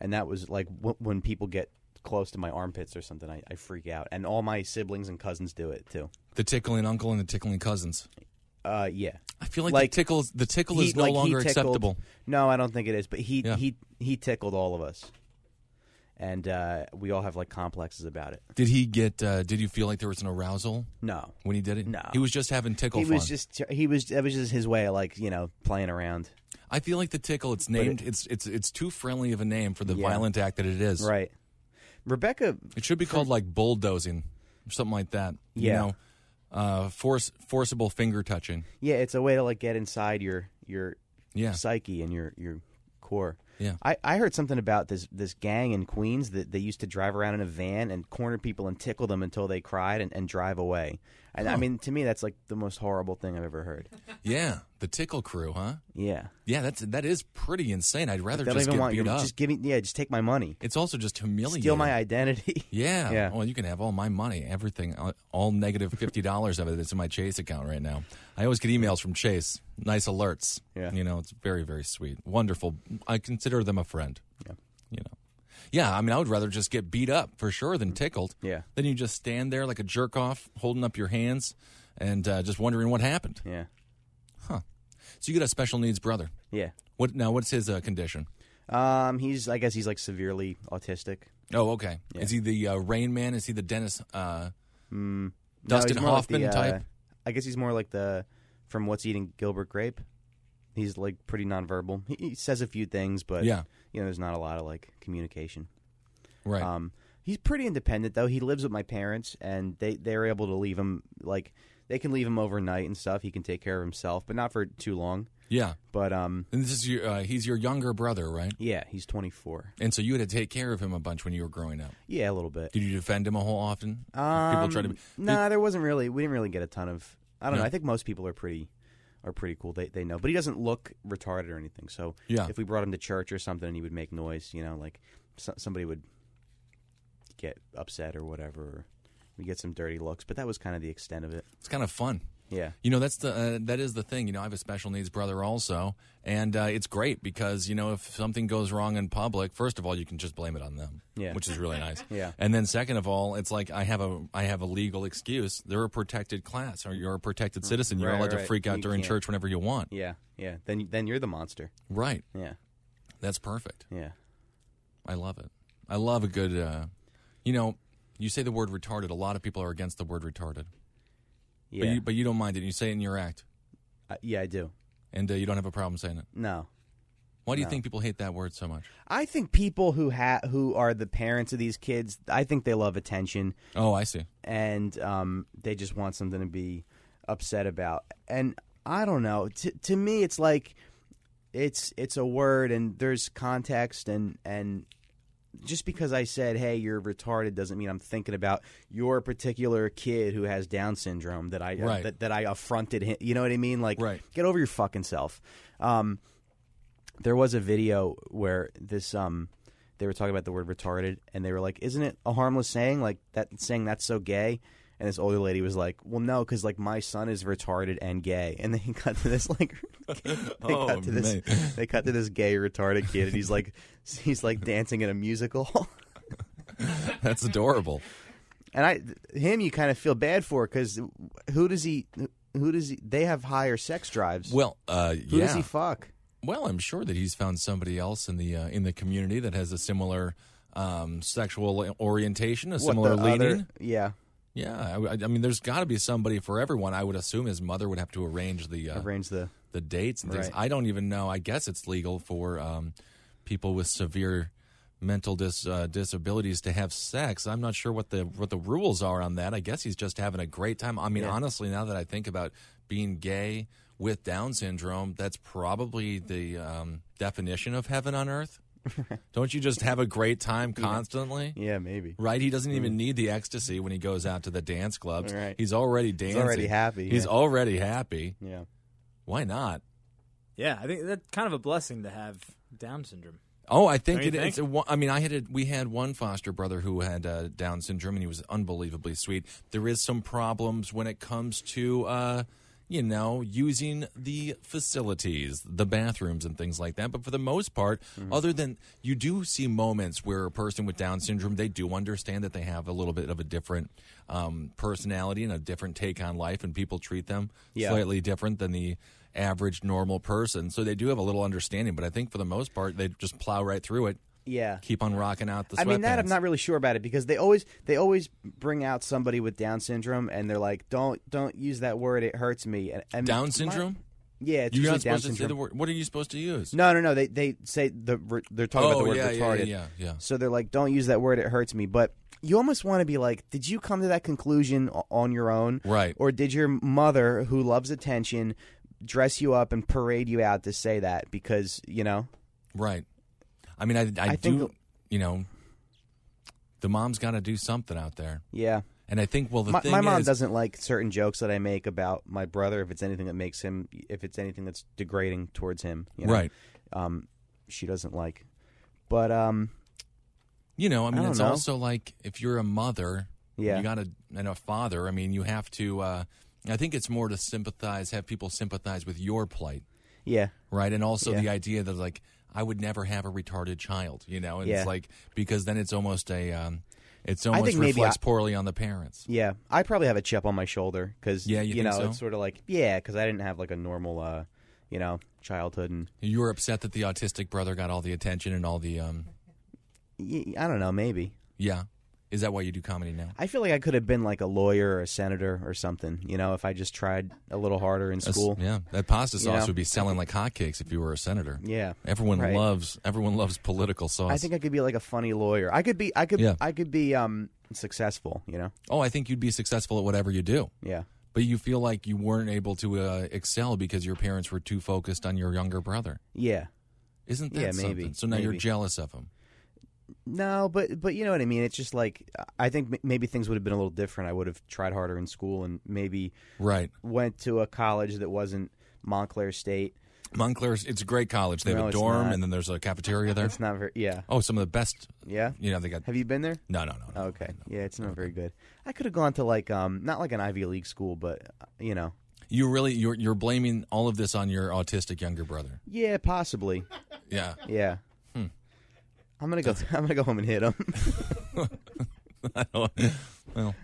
Speaker 4: and that was like w- when people get close to my armpits or something, I, I freak out, and all my siblings and cousins do it too.
Speaker 2: The tickling uncle and the tickling cousins.
Speaker 4: Uh, yeah.
Speaker 2: I feel like,
Speaker 4: Like,
Speaker 2: the tickles the tickle
Speaker 4: He-
Speaker 2: is no
Speaker 4: like, he
Speaker 2: longer
Speaker 4: tickled-
Speaker 2: acceptable.
Speaker 4: No, I don't think it is. But he
Speaker 2: Yeah.
Speaker 4: he he tickled all of us, and uh, we all have like complexes about it.
Speaker 2: Did he get? Uh, did you feel like there was an arousal
Speaker 4: No,
Speaker 2: when he did it?
Speaker 4: No.
Speaker 2: he was just having tickle
Speaker 4: he
Speaker 2: fun.
Speaker 4: was just he was that was just his way of like you know playing around.
Speaker 2: I feel like the tickle. It's named. it's it's it's too friendly of a name for the
Speaker 4: Yeah.
Speaker 2: violent act that it is.
Speaker 4: Right. Rebecca,
Speaker 2: It should be called like bulldozing, or something like that.
Speaker 4: Yeah.
Speaker 2: You know, uh, force forcible finger touching.
Speaker 4: yeah, it's a way to like get inside your your
Speaker 2: Yeah.
Speaker 4: psyche and your your core.
Speaker 2: Yeah.
Speaker 4: I, I heard something about this this gang in Queens that they used to drive around in a van and corner people and tickle them until they cried and, and drive away. And I mean, to me, that's like the most horrible thing I've ever heard.
Speaker 2: Yeah, the tickle crew, huh?
Speaker 4: Yeah,
Speaker 2: Yeah, that's that is pretty insane. I'd rather
Speaker 4: they don't
Speaker 2: just
Speaker 4: even
Speaker 2: get
Speaker 4: want
Speaker 2: beat
Speaker 4: you.
Speaker 2: up.
Speaker 4: Just give me, yeah, just take my money,
Speaker 2: It's also just humiliating.
Speaker 4: steal my identity.
Speaker 2: Yeah.
Speaker 4: Yeah.
Speaker 2: Well, you can have all my money, everything, all- all negative fifty dollars of it that's in my Chase account right now. I always get emails from Chase. Nice alerts.
Speaker 4: Yeah.
Speaker 2: You know, it's very, very sweet, wonderful. I consider them a friend. Yeah. You know. Yeah, I mean, I would rather just get beat up for sure than tickled.
Speaker 4: Yeah.
Speaker 2: Then you just stand there like a jerk off, holding up your hands, and uh, just wondering what happened.
Speaker 4: yeah,
Speaker 2: So you got a special needs brother.
Speaker 4: yeah.
Speaker 2: What now? What's his uh, condition?
Speaker 4: Um, he's I guess he's like severely autistic.
Speaker 2: Oh, okay. Is he the uh, Rain Man? Is he the Dennis uh,
Speaker 4: No, he's
Speaker 2: Dustin
Speaker 4: more like the,
Speaker 2: Hoffman type?
Speaker 4: uh, I guess he's more like the from What's Eating Gilbert Grape. He's like pretty nonverbal. He, he says a few things, but
Speaker 2: Yeah.
Speaker 4: you know, there's not a lot of like communication.
Speaker 2: Right.
Speaker 4: Um, he's pretty independent though. He lives with my parents, and they they're able to leave him like they can leave him overnight and stuff. He can take care of himself, but not for too long.
Speaker 2: yeah.
Speaker 4: But um,
Speaker 2: And this is your, uh, he's your younger brother, right?
Speaker 4: yeah, he's 24.
Speaker 2: And so you had to take care of him a bunch when you were growing up.
Speaker 4: Yeah, a little bit.
Speaker 2: Did you defend him a whole often? People
Speaker 4: Um,
Speaker 2: try to.
Speaker 4: No, there wasn't really. We didn't really get a ton of. I don't know. I think most people are pretty are pretty cool. They they know, but he doesn't look retarded or anything. So
Speaker 2: Yeah.
Speaker 4: if we brought him to church or something and he would make noise, you know, like so, somebody would get upset or whatever. Or we get some dirty looks, but that was kind of the extent of it.
Speaker 2: It's kind of fun.
Speaker 4: Yeah.
Speaker 2: You know, that's the uh, that is the thing. You know, I have a special needs brother also, and uh, it's great because you know if something goes wrong in public, first of all, you can just blame it on them,
Speaker 4: Yeah.
Speaker 2: which is really nice.
Speaker 4: Yeah.
Speaker 2: And then second of all, it's like I have a I have a legal excuse. They're a protected class, or you're a protected citizen. You're
Speaker 4: Right,
Speaker 2: allowed to
Speaker 4: right.
Speaker 2: freak out
Speaker 4: You
Speaker 2: during
Speaker 4: can't.
Speaker 2: church whenever you want.
Speaker 4: Yeah. Yeah. Then then you're the monster.
Speaker 2: Right.
Speaker 4: Yeah.
Speaker 2: That's perfect.
Speaker 4: Yeah.
Speaker 2: I love it. I love a good. Uh, you know, you say the word retarded. A lot of people are against the word retarded.
Speaker 4: Yeah.
Speaker 2: But you, but you don't mind it. You say it in your act.
Speaker 4: Uh, yeah, I do.
Speaker 2: and uh, you don't have a problem saying it.
Speaker 4: No.
Speaker 2: Why do you think people hate that word so much?
Speaker 4: I think people who ha- who are the parents of these kids, I think they love attention
Speaker 2: Oh, I see.
Speaker 4: and um, they just want something to be upset about. And I don't know. To to me, it's like it's it's a word, and there's context, and and just because I said, "Hey, you're retarded," doesn't mean I'm thinking about your particular kid who has Down syndrome that I uh,
Speaker 2: Right.
Speaker 4: that, that I affronted him. You know what I mean? Like,
Speaker 2: Right.
Speaker 4: get over your fucking self. Um, there was a video where this um they were talking about the word retarded and they were like isn't it a harmless saying like that saying that's so gay and this older lady was like well no because like my son is retarded and gay and they cut to this like they
Speaker 2: Oh,
Speaker 4: cut to this
Speaker 2: man.
Speaker 4: they cut to this gay retarded kid and he's like he's like dancing in a musical
Speaker 2: That's adorable.
Speaker 4: and i him you kind of feel bad for because who does he who does he they have higher sex drives
Speaker 2: Well, uh,
Speaker 4: who
Speaker 2: yeah.
Speaker 4: does he fuck
Speaker 2: well, I'm sure that he's found somebody else in the uh, in the community that has a similar um, sexual orientation, a similar
Speaker 4: what the
Speaker 2: leaning.
Speaker 4: other yeah
Speaker 2: Yeah, I, I- I mean, there's got to be somebody for everyone. I would assume his mother would have to arrange the uh,
Speaker 4: arrange the
Speaker 2: the dates and things.
Speaker 4: Right.
Speaker 2: I don't even know. I guess it's legal for um, people with severe mental dis, uh, disabilities to have sex. I'm not sure what the what the rules are on that. I guess he's just having a great time. I mean, honestly, now that I think about being gay with Down syndrome, that's probably the um, definition of heaven on earth. don't you just have a great time constantly?
Speaker 4: yeah maybe
Speaker 2: Right, he doesn't even need the ecstasy when he goes out to the dance clubs.
Speaker 4: Right.
Speaker 2: He's already dancing.
Speaker 4: already happy,
Speaker 2: He's
Speaker 4: yeah.
Speaker 2: already happy.
Speaker 4: yeah
Speaker 2: Why not?
Speaker 3: Yeah, I think that's kind of a blessing to have Down syndrome.
Speaker 2: Oh, I think
Speaker 3: Don't you
Speaker 2: it,
Speaker 3: think?
Speaker 2: it's. a one- I mean, I had a, we had one foster brother who had uh, Down syndrome, and he was unbelievably sweet. There is some problems when it comes to, uh, you know, using the facilities, the bathrooms, and things like that. But for the most part,
Speaker 3: Mm-hmm.
Speaker 2: other than you do see moments where a person with Down syndrome, they do understand that they have a little bit of a different um, personality and a different take on life, and people treat them
Speaker 4: Yeah.
Speaker 2: slightly different than the average normal person. So they do have a little understanding, but I think for the most part they just plow right through it,
Speaker 4: yeah
Speaker 2: keep on rocking out the
Speaker 4: I mean that I'm
Speaker 2: sweatpants.
Speaker 4: not really sure about it because they always they always bring out somebody with Down syndrome and they're like, don't don't use that word, it hurts me. And, and
Speaker 2: Down
Speaker 4: my-
Speaker 2: syndrome?
Speaker 4: yeah, it's
Speaker 2: You're
Speaker 4: usually
Speaker 2: not
Speaker 4: Down
Speaker 2: supposed to say
Speaker 4: syndrome.
Speaker 2: the word. What are you supposed to use?
Speaker 4: no, no, no. They they say the re- they're talking about
Speaker 2: Oh
Speaker 4: the word
Speaker 2: yeah, yeah, yeah,
Speaker 4: retarded.
Speaker 2: yeah, yeah.
Speaker 4: So they're like, don't use that word, it hurts me. But you almost want to be like, did you come to that conclusion o- on your own,
Speaker 2: Right.
Speaker 4: Or did your mother, who loves attention, dress you up and parade you out to say that? Because you know,
Speaker 2: Right. I mean, I, I,
Speaker 4: I
Speaker 2: do.
Speaker 4: think-
Speaker 2: you know, the mom's got to do something out there,
Speaker 4: yeah.
Speaker 2: and I think. Well, the
Speaker 4: my,
Speaker 2: thing
Speaker 4: my mom
Speaker 2: is,
Speaker 4: doesn't like certain jokes that I make about my brother. If it's anything that makes him, if it's anything that's degrading towards him, you know?
Speaker 2: right?
Speaker 4: Um, she doesn't like. But um,
Speaker 2: You know, I mean,
Speaker 4: don't
Speaker 2: it's
Speaker 4: know.
Speaker 2: also like if you're a mother,
Speaker 4: Yeah.
Speaker 2: you got to and a father. I mean, you have to. Uh, I think it's more to sympathize, have people sympathize with your plight.
Speaker 4: yeah,
Speaker 2: right? And also
Speaker 4: Yeah.
Speaker 2: the idea that like I would never have a retarded child, you know? And
Speaker 4: Yeah.
Speaker 2: it's like because then it's almost a um, it's almost
Speaker 4: think maybe
Speaker 2: reflects
Speaker 4: I-
Speaker 2: poorly on the parents.
Speaker 4: yeah, I probably have a chip on my shoulder because
Speaker 2: Yeah, you think
Speaker 4: know
Speaker 2: so?
Speaker 4: it's sort of like yeah, because I didn't have like a normal uh, you know, childhood and
Speaker 2: You were upset that the autistic brother got all the attention and all the um,
Speaker 4: y- I don't know, maybe.
Speaker 2: yeah. Is that why you do comedy now?
Speaker 4: I feel like I could have been like a lawyer or a senator or something, you know, if I just tried a little harder in
Speaker 2: That's-
Speaker 4: school.
Speaker 2: Yeah, that pasta sauce
Speaker 4: know?
Speaker 2: would be selling like hotcakes if you were a senator.
Speaker 4: Yeah.
Speaker 2: Everyone
Speaker 4: Right.
Speaker 2: loves everyone loves political sauce.
Speaker 4: I think I could be like a funny lawyer. I could be I could
Speaker 2: Yeah.
Speaker 4: I could be um successful, you know.
Speaker 2: oh, I think you'd be successful at whatever you do.
Speaker 4: Yeah.
Speaker 2: But you feel like you weren't able to uh, excel because your parents were too focused on your younger brother.
Speaker 4: Yeah.
Speaker 2: Isn't that
Speaker 4: Yeah, maybe,
Speaker 2: something? So now you're
Speaker 4: maybe.
Speaker 2: jealous of him.
Speaker 4: No, but but you know what I mean. It's just like I think m- maybe things would have been a little different. I would have tried harder in school and maybe
Speaker 2: Right.
Speaker 4: went to a college that wasn't Montclair State.
Speaker 2: Montclair's it's a great college. They
Speaker 4: No,
Speaker 2: have a
Speaker 4: it's
Speaker 2: dorm
Speaker 4: not.
Speaker 2: and then there's a cafeteria there.
Speaker 4: It's not very yeah.
Speaker 2: Oh, some of the best.
Speaker 4: Yeah.
Speaker 2: You know, they got
Speaker 4: Have you been there?
Speaker 2: No, no, no. no.
Speaker 4: Okay. Yeah, it's not very good. I could have gone to like um not like an Ivy League school, but uh, you know.
Speaker 2: You really you're you're blaming all of this on your autistic younger brother.
Speaker 4: Yeah, possibly.
Speaker 2: Yeah.
Speaker 4: Yeah.
Speaker 2: Hmm.
Speaker 4: I'm going to go I'm going to go home and hit him.
Speaker 2: well,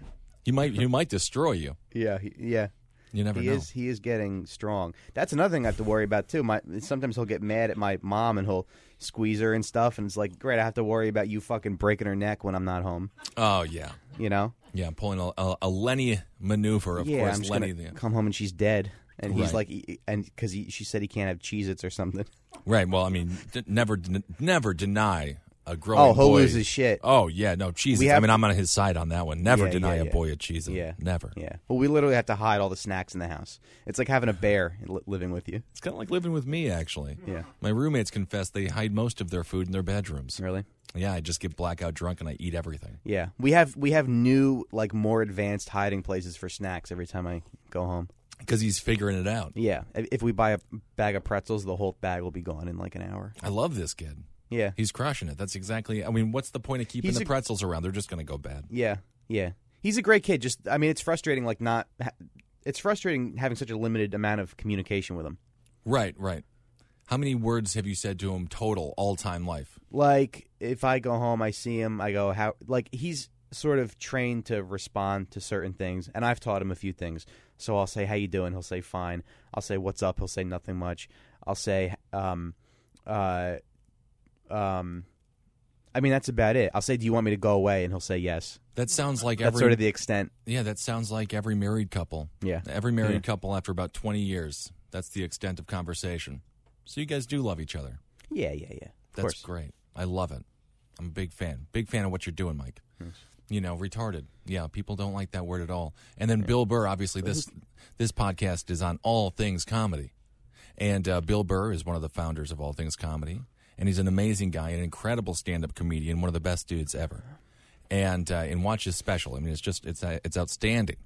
Speaker 2: he might he might destroy you.
Speaker 4: yeah, he- yeah.
Speaker 2: You never
Speaker 4: He
Speaker 2: know.
Speaker 4: is he is getting strong. That's another thing I have to worry about too. My sometimes he'll get mad at my mom and he'll squeeze her and stuff, and it's like, great, I have to worry about you fucking breaking her neck when I'm not home.
Speaker 2: Oh yeah.
Speaker 4: You know?
Speaker 2: Yeah, I'm pulling a, a, a Lenny maneuver, of
Speaker 4: yeah,
Speaker 2: course.
Speaker 4: I'm just
Speaker 2: Lenny
Speaker 4: gonna come home and she's dead. and he's
Speaker 2: Right.
Speaker 4: like, e- and because she said he can't have Cheez-Its or something.
Speaker 2: Right. Well, I mean, d- never, d- never deny a growing.
Speaker 4: Oh, he'll
Speaker 2: boy.
Speaker 4: lose his shit.
Speaker 2: Oh yeah, no cheese.
Speaker 4: We
Speaker 2: I
Speaker 4: have-
Speaker 2: mean, I'm on his side on that one. Never
Speaker 4: Yeah,
Speaker 2: deny
Speaker 4: yeah,
Speaker 2: a
Speaker 4: yeah.
Speaker 2: boy a cheese.
Speaker 4: Yeah.
Speaker 2: Never.
Speaker 4: Yeah. Well, we literally have to hide all the snacks in the house. It's like having a bear li- living with you.
Speaker 2: It's kind of like living with me, actually.
Speaker 4: Yeah.
Speaker 2: My roommates confess they hide most of their food in their bedrooms.
Speaker 4: Really?
Speaker 2: Yeah, I just get blackout drunk and I eat everything.
Speaker 4: Yeah. We have we have new like more advanced hiding places for snacks every time I go home.
Speaker 2: Because he's figuring it out.
Speaker 4: Yeah. If if we buy a bag of pretzels, the whole bag will be gone in like an hour.
Speaker 2: I love this kid.
Speaker 4: Yeah.
Speaker 2: He's crushing it. That's exactly. I mean, what's the point of keeping
Speaker 4: He's
Speaker 2: the
Speaker 4: a-
Speaker 2: pretzels around? They're just going to go bad.
Speaker 4: Yeah. Yeah. He's a great kid. Just I mean, it's frustrating like not ha- it's frustrating having such a limited amount of communication with him.
Speaker 2: Right, right. How many words have you said to him total all time life?
Speaker 4: like if I go home, I see him, I go how like he's sort of trained to respond to certain things, and I've taught him a few things. So I'll say how you doing, he'll say fine. I'll say what's up, he'll say nothing much. I'll say um uh um I mean that's about it. I'll say do you want me to go away, and he'll say yes.
Speaker 2: That sounds like
Speaker 4: That's
Speaker 2: every.
Speaker 4: sort of the extent.
Speaker 2: yeah, that sounds like every married couple.
Speaker 4: Yeah.
Speaker 2: Every married
Speaker 4: Yeah.
Speaker 2: couple after about 20 years. That's the extent of conversation. So you guys do love each other.
Speaker 4: Yeah, yeah, yeah. Of
Speaker 2: That's
Speaker 4: course.
Speaker 2: great. I love it. I'm a big fan. Big fan of what you're doing, Mike. You know, retarded. Yeah, people don't like that word at all. And then Bill Burr, obviously, this this podcast is on all things comedy, and uh, Bill Burr is one of the founders of All Things Comedy, and he's an amazing guy, an incredible stand-up comedian, one of the best dudes ever. And uh, and watch his special. I mean, it's just it's uh, it's outstanding.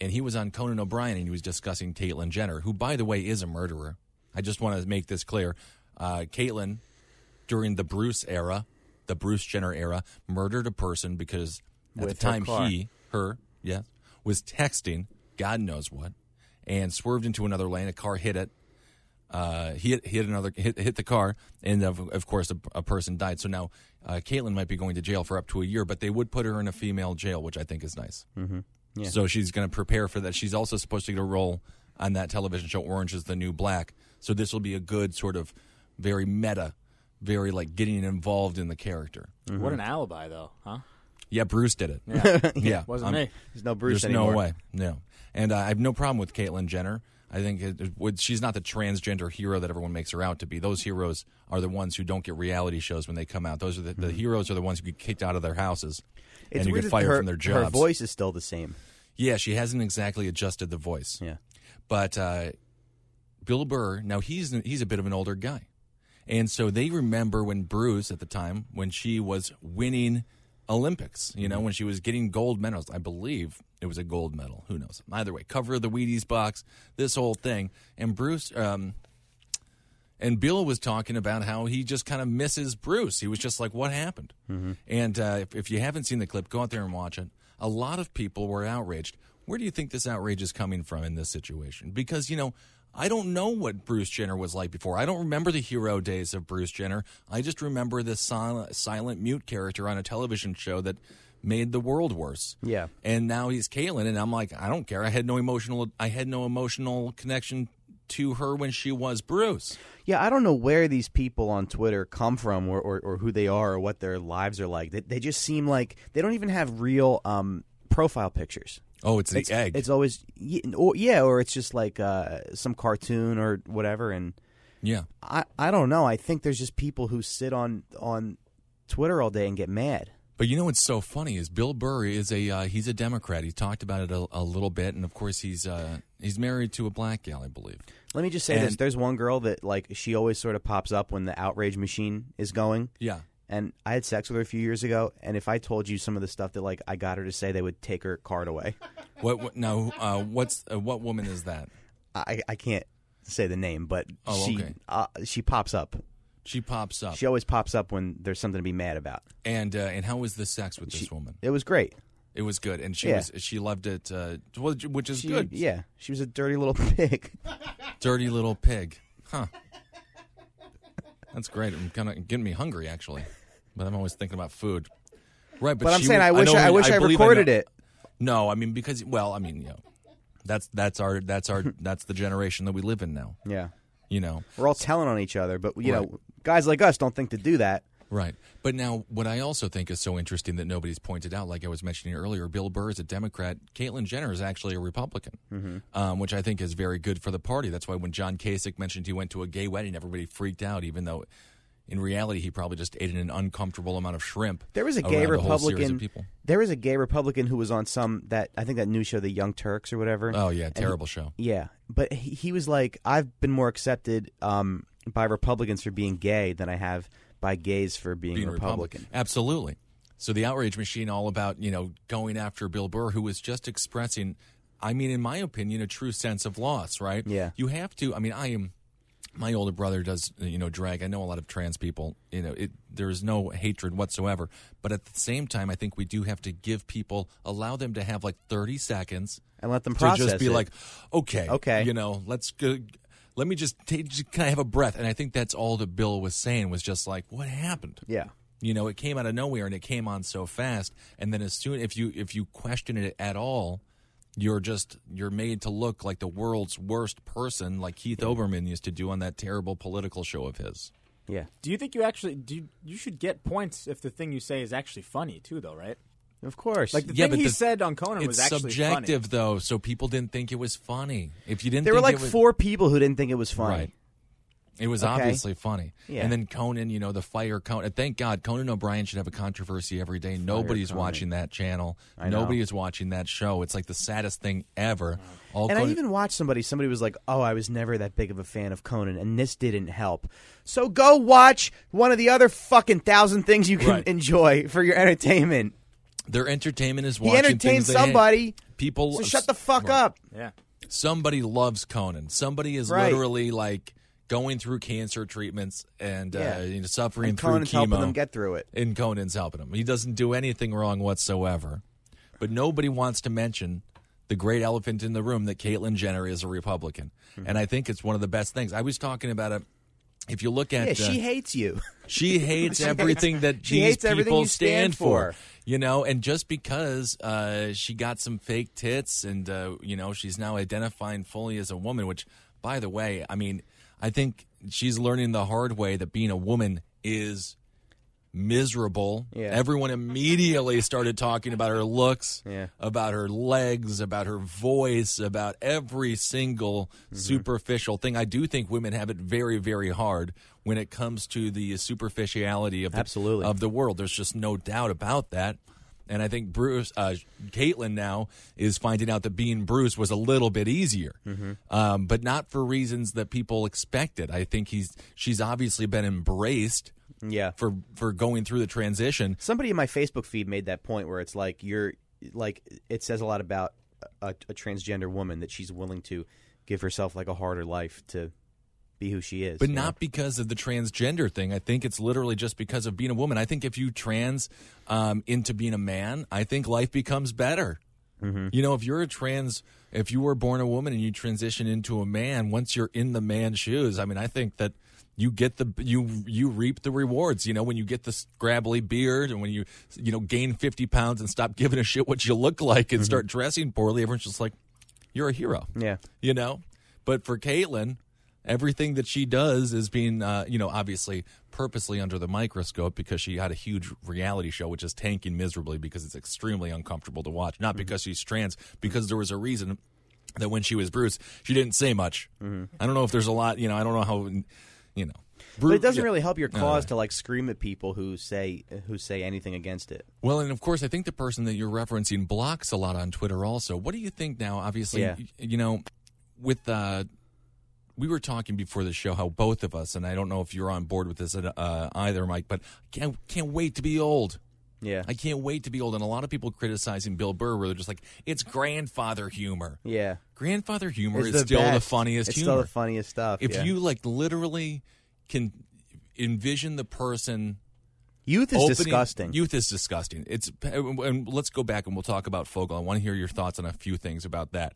Speaker 2: And he was on Conan O'Brien, and he was discussing Caitlyn Jenner, who, by the way, is a murderer. I just want to make this clear. Uh, Caitlyn during the Bruce era, the Bruce Jenner era, murdered a person because at
Speaker 4: With
Speaker 2: the
Speaker 4: her
Speaker 2: time
Speaker 4: car.
Speaker 2: he, her, yes, was texting God knows what, and swerved into another lane. A car hit it. Uh, hit hit another hit, hit the car, and of, of course a, a person died. So now uh, Caitlyn might be going to jail for up to a year, but they would put her in a female jail, which I think is nice. So she's going to prepare for that. She's also supposed to get a role on that television show Orange is the New Black. So this will be a good sort of very meta, very like getting involved in the character.
Speaker 3: What an alibi, though, huh?
Speaker 2: Yeah, Bruce did it.
Speaker 3: Yeah,
Speaker 2: yeah.
Speaker 3: wasn't
Speaker 2: I'm-
Speaker 3: me.
Speaker 4: There's no Bruce
Speaker 2: There's
Speaker 4: anymore.
Speaker 2: no way. No. And uh, I have no problem with Caitlyn Jenner. I think it, it would, she's not the transgender hero that everyone makes her out to be. Those heroes are the ones who don't get reality shows when they come out. Those are the, the heroes are the ones who get kicked out of their houses
Speaker 4: It's
Speaker 2: and who
Speaker 4: weird
Speaker 2: get
Speaker 4: that
Speaker 2: fired
Speaker 4: her,
Speaker 2: from their
Speaker 4: Her
Speaker 2: jobs.
Speaker 4: voice is still the same.
Speaker 2: Yeah, she hasn't exactly adjusted the voice.
Speaker 4: Yeah.
Speaker 2: But uh, Bill Burr, now he's he's a bit of an older guy, and so they remember when Bruce at the time when she was winning Olympics. You know, when she was getting gold medals. I believe it was a gold medal. Who knows? Either way, cover of the Wheaties box, this whole thing, and Bruce. Um, and Bill was talking about how he just kind of misses Bruce. He was just like, "What happened?" And uh, if, if you haven't seen the clip, go out there and watch it. A lot of people were outraged. Where do you think this outrage is coming from in this situation? Because you know, I don't know what Bruce Jenner was like before. I don't remember the hero days of Bruce Jenner. I just remember this silent, silent mute character on a television show that made the world worse.
Speaker 4: Yeah.
Speaker 2: And now he's Caitlyn, and I'm like, I don't care. I had no emotional. I had no emotional connection to her when she was Bruce.
Speaker 4: Yeah, I don't know where these people on Twitter come from or, or, or who they are or what their lives are like. They, they just seem like they don't even have real um, profile pictures.
Speaker 2: Oh, it's the
Speaker 4: It's,
Speaker 2: egg.
Speaker 4: it's always, y- or, yeah, or it's just like uh, some cartoon or whatever. And
Speaker 2: yeah.
Speaker 4: I, I don't know. I think there's just people who sit on, on Twitter all day and get mad.
Speaker 2: But you know what's so funny is Bill Burr is a uh, he's a Democrat. He talked about it a, a little bit, and of course he's uh, he's married to a black gal, I believe.
Speaker 4: Let me just say this.
Speaker 2: And-
Speaker 4: There's one girl that, like, she always sort of pops up when the outrage machine is going.
Speaker 2: Yeah.
Speaker 4: And I had sex with her a few years ago. And if I told you some of the stuff that, like, I got her to say, they would take her card away.
Speaker 2: What, what now? Uh, what's uh, what woman is that?
Speaker 4: I, I can't say the name, but
Speaker 2: Oh,
Speaker 4: she
Speaker 2: okay.
Speaker 4: uh, she pops up.
Speaker 2: She pops up,
Speaker 4: She always pops up when there's something to be mad about.
Speaker 2: and uh, and how was the sex with this woman?
Speaker 4: It was great.
Speaker 2: It was good, and she
Speaker 4: Yeah.
Speaker 2: was she loved it, uh, which which is
Speaker 4: She,
Speaker 2: good.
Speaker 4: Yeah, she was a dirty little pig.
Speaker 2: Dirty little pig, huh? That's great. I'm kind of getting me hungry actually, but I'm always thinking about food. Right, but,
Speaker 4: But I'm
Speaker 2: she
Speaker 4: saying
Speaker 2: was-
Speaker 4: I wish
Speaker 2: know
Speaker 4: I,
Speaker 2: who-
Speaker 4: wish I,
Speaker 2: believe
Speaker 4: recorded
Speaker 2: know-
Speaker 4: it.
Speaker 2: No, I mean because well, I mean, you know, that's that's our that's our that's the generation that we live in now.
Speaker 4: Yeah,
Speaker 2: You know,
Speaker 4: we're all telling on each other, but you
Speaker 2: Right.
Speaker 4: know, guys like us don't think to do that.
Speaker 2: Right. But now, what I also think is so interesting that nobody's pointed out, like I was mentioning earlier, Bill Burr is a Democrat. Caitlyn Jenner is actually a Republican,
Speaker 4: Mm-hmm.
Speaker 2: um, which I think is very good for the party. That's why when John Kasich mentioned he went to a gay wedding, everybody freaked out, even though in reality he probably just ate an uncomfortable amount of shrimp.
Speaker 4: There was a
Speaker 2: around
Speaker 4: gay
Speaker 2: whole series
Speaker 4: Republican.
Speaker 2: of people.
Speaker 4: There was a gay Republican who was on some that I think that new show, The Young Turks or whatever.
Speaker 2: Oh, yeah. Terrible show.
Speaker 4: Yeah, but he, he was like, I've been more accepted um, by Republicans for being gay than I have by gays for being,
Speaker 2: being
Speaker 4: Republican.
Speaker 2: Republican. Absolutely. So the outrage machine, all about you know going after Bill Burr, who was just expressing, I mean, in my opinion, a true sense of loss. Right?
Speaker 4: Yeah.
Speaker 2: You have to. I mean, I am. My older brother does you know drag. I know a lot of trans people. You know, it, there is no hatred whatsoever. But at the same time, I think we do have to give people allow them to have like thirty seconds
Speaker 4: And let them
Speaker 2: to
Speaker 4: process
Speaker 2: just be
Speaker 4: it.
Speaker 2: like, okay,
Speaker 4: Okay.
Speaker 2: you know, let's go. Let me just, take, just kind of have a breath. And I think that's all that Bill was saying was just like, what happened?
Speaker 4: yeah,
Speaker 2: You know, it came out of nowhere and it came on so fast. And then as soon if you if you question it at all, you're just you're made to look like the world's worst person, like Keith Oberman used to do on that terrible political show of his.
Speaker 4: yeah,
Speaker 3: Do you think you actually do? You, you should get points if the thing you say is actually funny too, though, right?
Speaker 4: of course.
Speaker 3: Like the
Speaker 2: Yeah, but
Speaker 3: thing he
Speaker 2: the-
Speaker 3: said on Conan was
Speaker 2: it's
Speaker 3: actually
Speaker 2: subjective
Speaker 3: funny.
Speaker 2: though, so people didn't think it was funny. If you didn't,
Speaker 4: there were
Speaker 2: think
Speaker 4: like
Speaker 2: it was,
Speaker 4: four people who didn't think it was funny.
Speaker 2: Right. It was
Speaker 4: Okay.
Speaker 2: obviously funny.
Speaker 4: Yeah.
Speaker 2: And then Conan, you know, the fire Conan. Thank God Conan O'Brien should have a controversy every day. Nobody's
Speaker 4: Conan.
Speaker 2: watching that channel.
Speaker 4: know.
Speaker 2: Nobody is watching that show. It's like the saddest thing ever. All
Speaker 4: And I
Speaker 2: Conan-
Speaker 4: even watched somebody. Somebody was like, "Oh, I was never that big of a fan of Conan, and this didn't help." So go watch one of the other fucking thousand things you can
Speaker 2: Right.
Speaker 4: enjoy for your entertainment.
Speaker 2: Their entertainment is
Speaker 4: He
Speaker 2: watching
Speaker 4: entertained
Speaker 2: things they hate.
Speaker 4: somebody,
Speaker 2: People,
Speaker 4: so shut the fuck up.
Speaker 3: Yeah.
Speaker 2: Somebody loves Conan. Somebody is
Speaker 4: Right.
Speaker 2: literally like going through cancer treatments and
Speaker 4: Yeah.
Speaker 2: uh, you know, suffering
Speaker 4: And
Speaker 2: through
Speaker 4: Conan's
Speaker 2: chemo.
Speaker 4: helping them get through it.
Speaker 2: and Conan's helping him. He doesn't do anything wrong whatsoever. But nobody wants to mention the great elephant in the room that Caitlyn Jenner is a Republican, and I think it's one of the best things. I was talking about it. If you look at
Speaker 4: Yeah,
Speaker 2: uh,
Speaker 4: she hates you.
Speaker 2: she hates everything that
Speaker 4: she
Speaker 2: these
Speaker 4: hates everything
Speaker 2: people
Speaker 4: you stand for.
Speaker 2: You know, and just because uh, she got some fake tits and, uh, you know, she's now identifying fully as a woman, which, by the way, I mean, I think she's learning the hard way that being a woman is miserable.
Speaker 4: Yeah.
Speaker 2: Everyone immediately started talking about her looks,
Speaker 4: Yeah.
Speaker 2: about her legs, about her voice, about every single
Speaker 4: Mm-hmm.
Speaker 2: superficial thing. I do think women have it very, very hard when it comes to the superficiality of the,
Speaker 4: Absolutely.
Speaker 2: of the world. There's just no doubt about that. And I think Bruce, uh, Caitlin now is finding out that being Bruce was a little bit easier,
Speaker 4: Mm-hmm.
Speaker 2: um, but not for reasons that people expected. I think he's she's obviously been embraced
Speaker 4: yeah.
Speaker 2: for for going through the transition.
Speaker 4: Somebody in my Facebook feed made that point where it's like you're like it says a lot about a, a transgender woman that she's willing to give herself like a harder life to be who she is.
Speaker 2: But
Speaker 4: you know?
Speaker 2: not because of the transgender thing. I think it's literally just because of being a woman. I think if you trans um, into being a man, I think life becomes better. You know, if you're a trans, if you were born a woman and you transition into a man, once you're in the man's shoes, I mean, I think that you get the you you reap the rewards. You know, when you get the scrabbly beard and when you you know gain fifty pounds and stop giving a shit what you look like and start dressing poorly, everyone's just like, "You're a hero."
Speaker 4: Yeah.
Speaker 2: you know. But for Caitlyn, everything that she does is being, uh, you know, obviously purposely under the microscope because she had a huge reality show which is tanking miserably because it's extremely uncomfortable to watch.
Speaker 4: Mm-hmm.
Speaker 2: Not because she's trans, because there was a reason that when she was Bruce, she didn't say much.
Speaker 4: Mm-hmm.
Speaker 2: I don't know if there's a lot, you know. I don't know how, you know.
Speaker 4: But
Speaker 2: Bru-
Speaker 4: it doesn't
Speaker 2: yeah.
Speaker 4: really help your cause to like scream at people who say who say anything against it.
Speaker 2: Well, and of course, I think the person that you're referencing blocks a lot on Twitter also. What do you think now? Obviously,
Speaker 4: Yeah.
Speaker 2: y- you know, with uh, we were talking before the show how both of us, and I don't know if you're on board with this uh, either, Mike, but can't can't wait to be old.
Speaker 4: Yeah.
Speaker 2: I can't wait to be old, and a lot of people criticizing Bill Burr where they're just like, it's grandfather humor.
Speaker 4: yeah.
Speaker 2: Grandfather humor
Speaker 4: It's
Speaker 2: is still the
Speaker 4: best.
Speaker 2: funniest
Speaker 4: It's
Speaker 2: humor
Speaker 4: still the funniest stuff.
Speaker 2: if
Speaker 4: yeah.
Speaker 2: you like literally can envision the person
Speaker 4: youth is
Speaker 2: opening-
Speaker 4: disgusting.
Speaker 2: Youth is disgusting. It's and let's go back and we'll talk about Fogel. I want to hear your thoughts on a few things about that.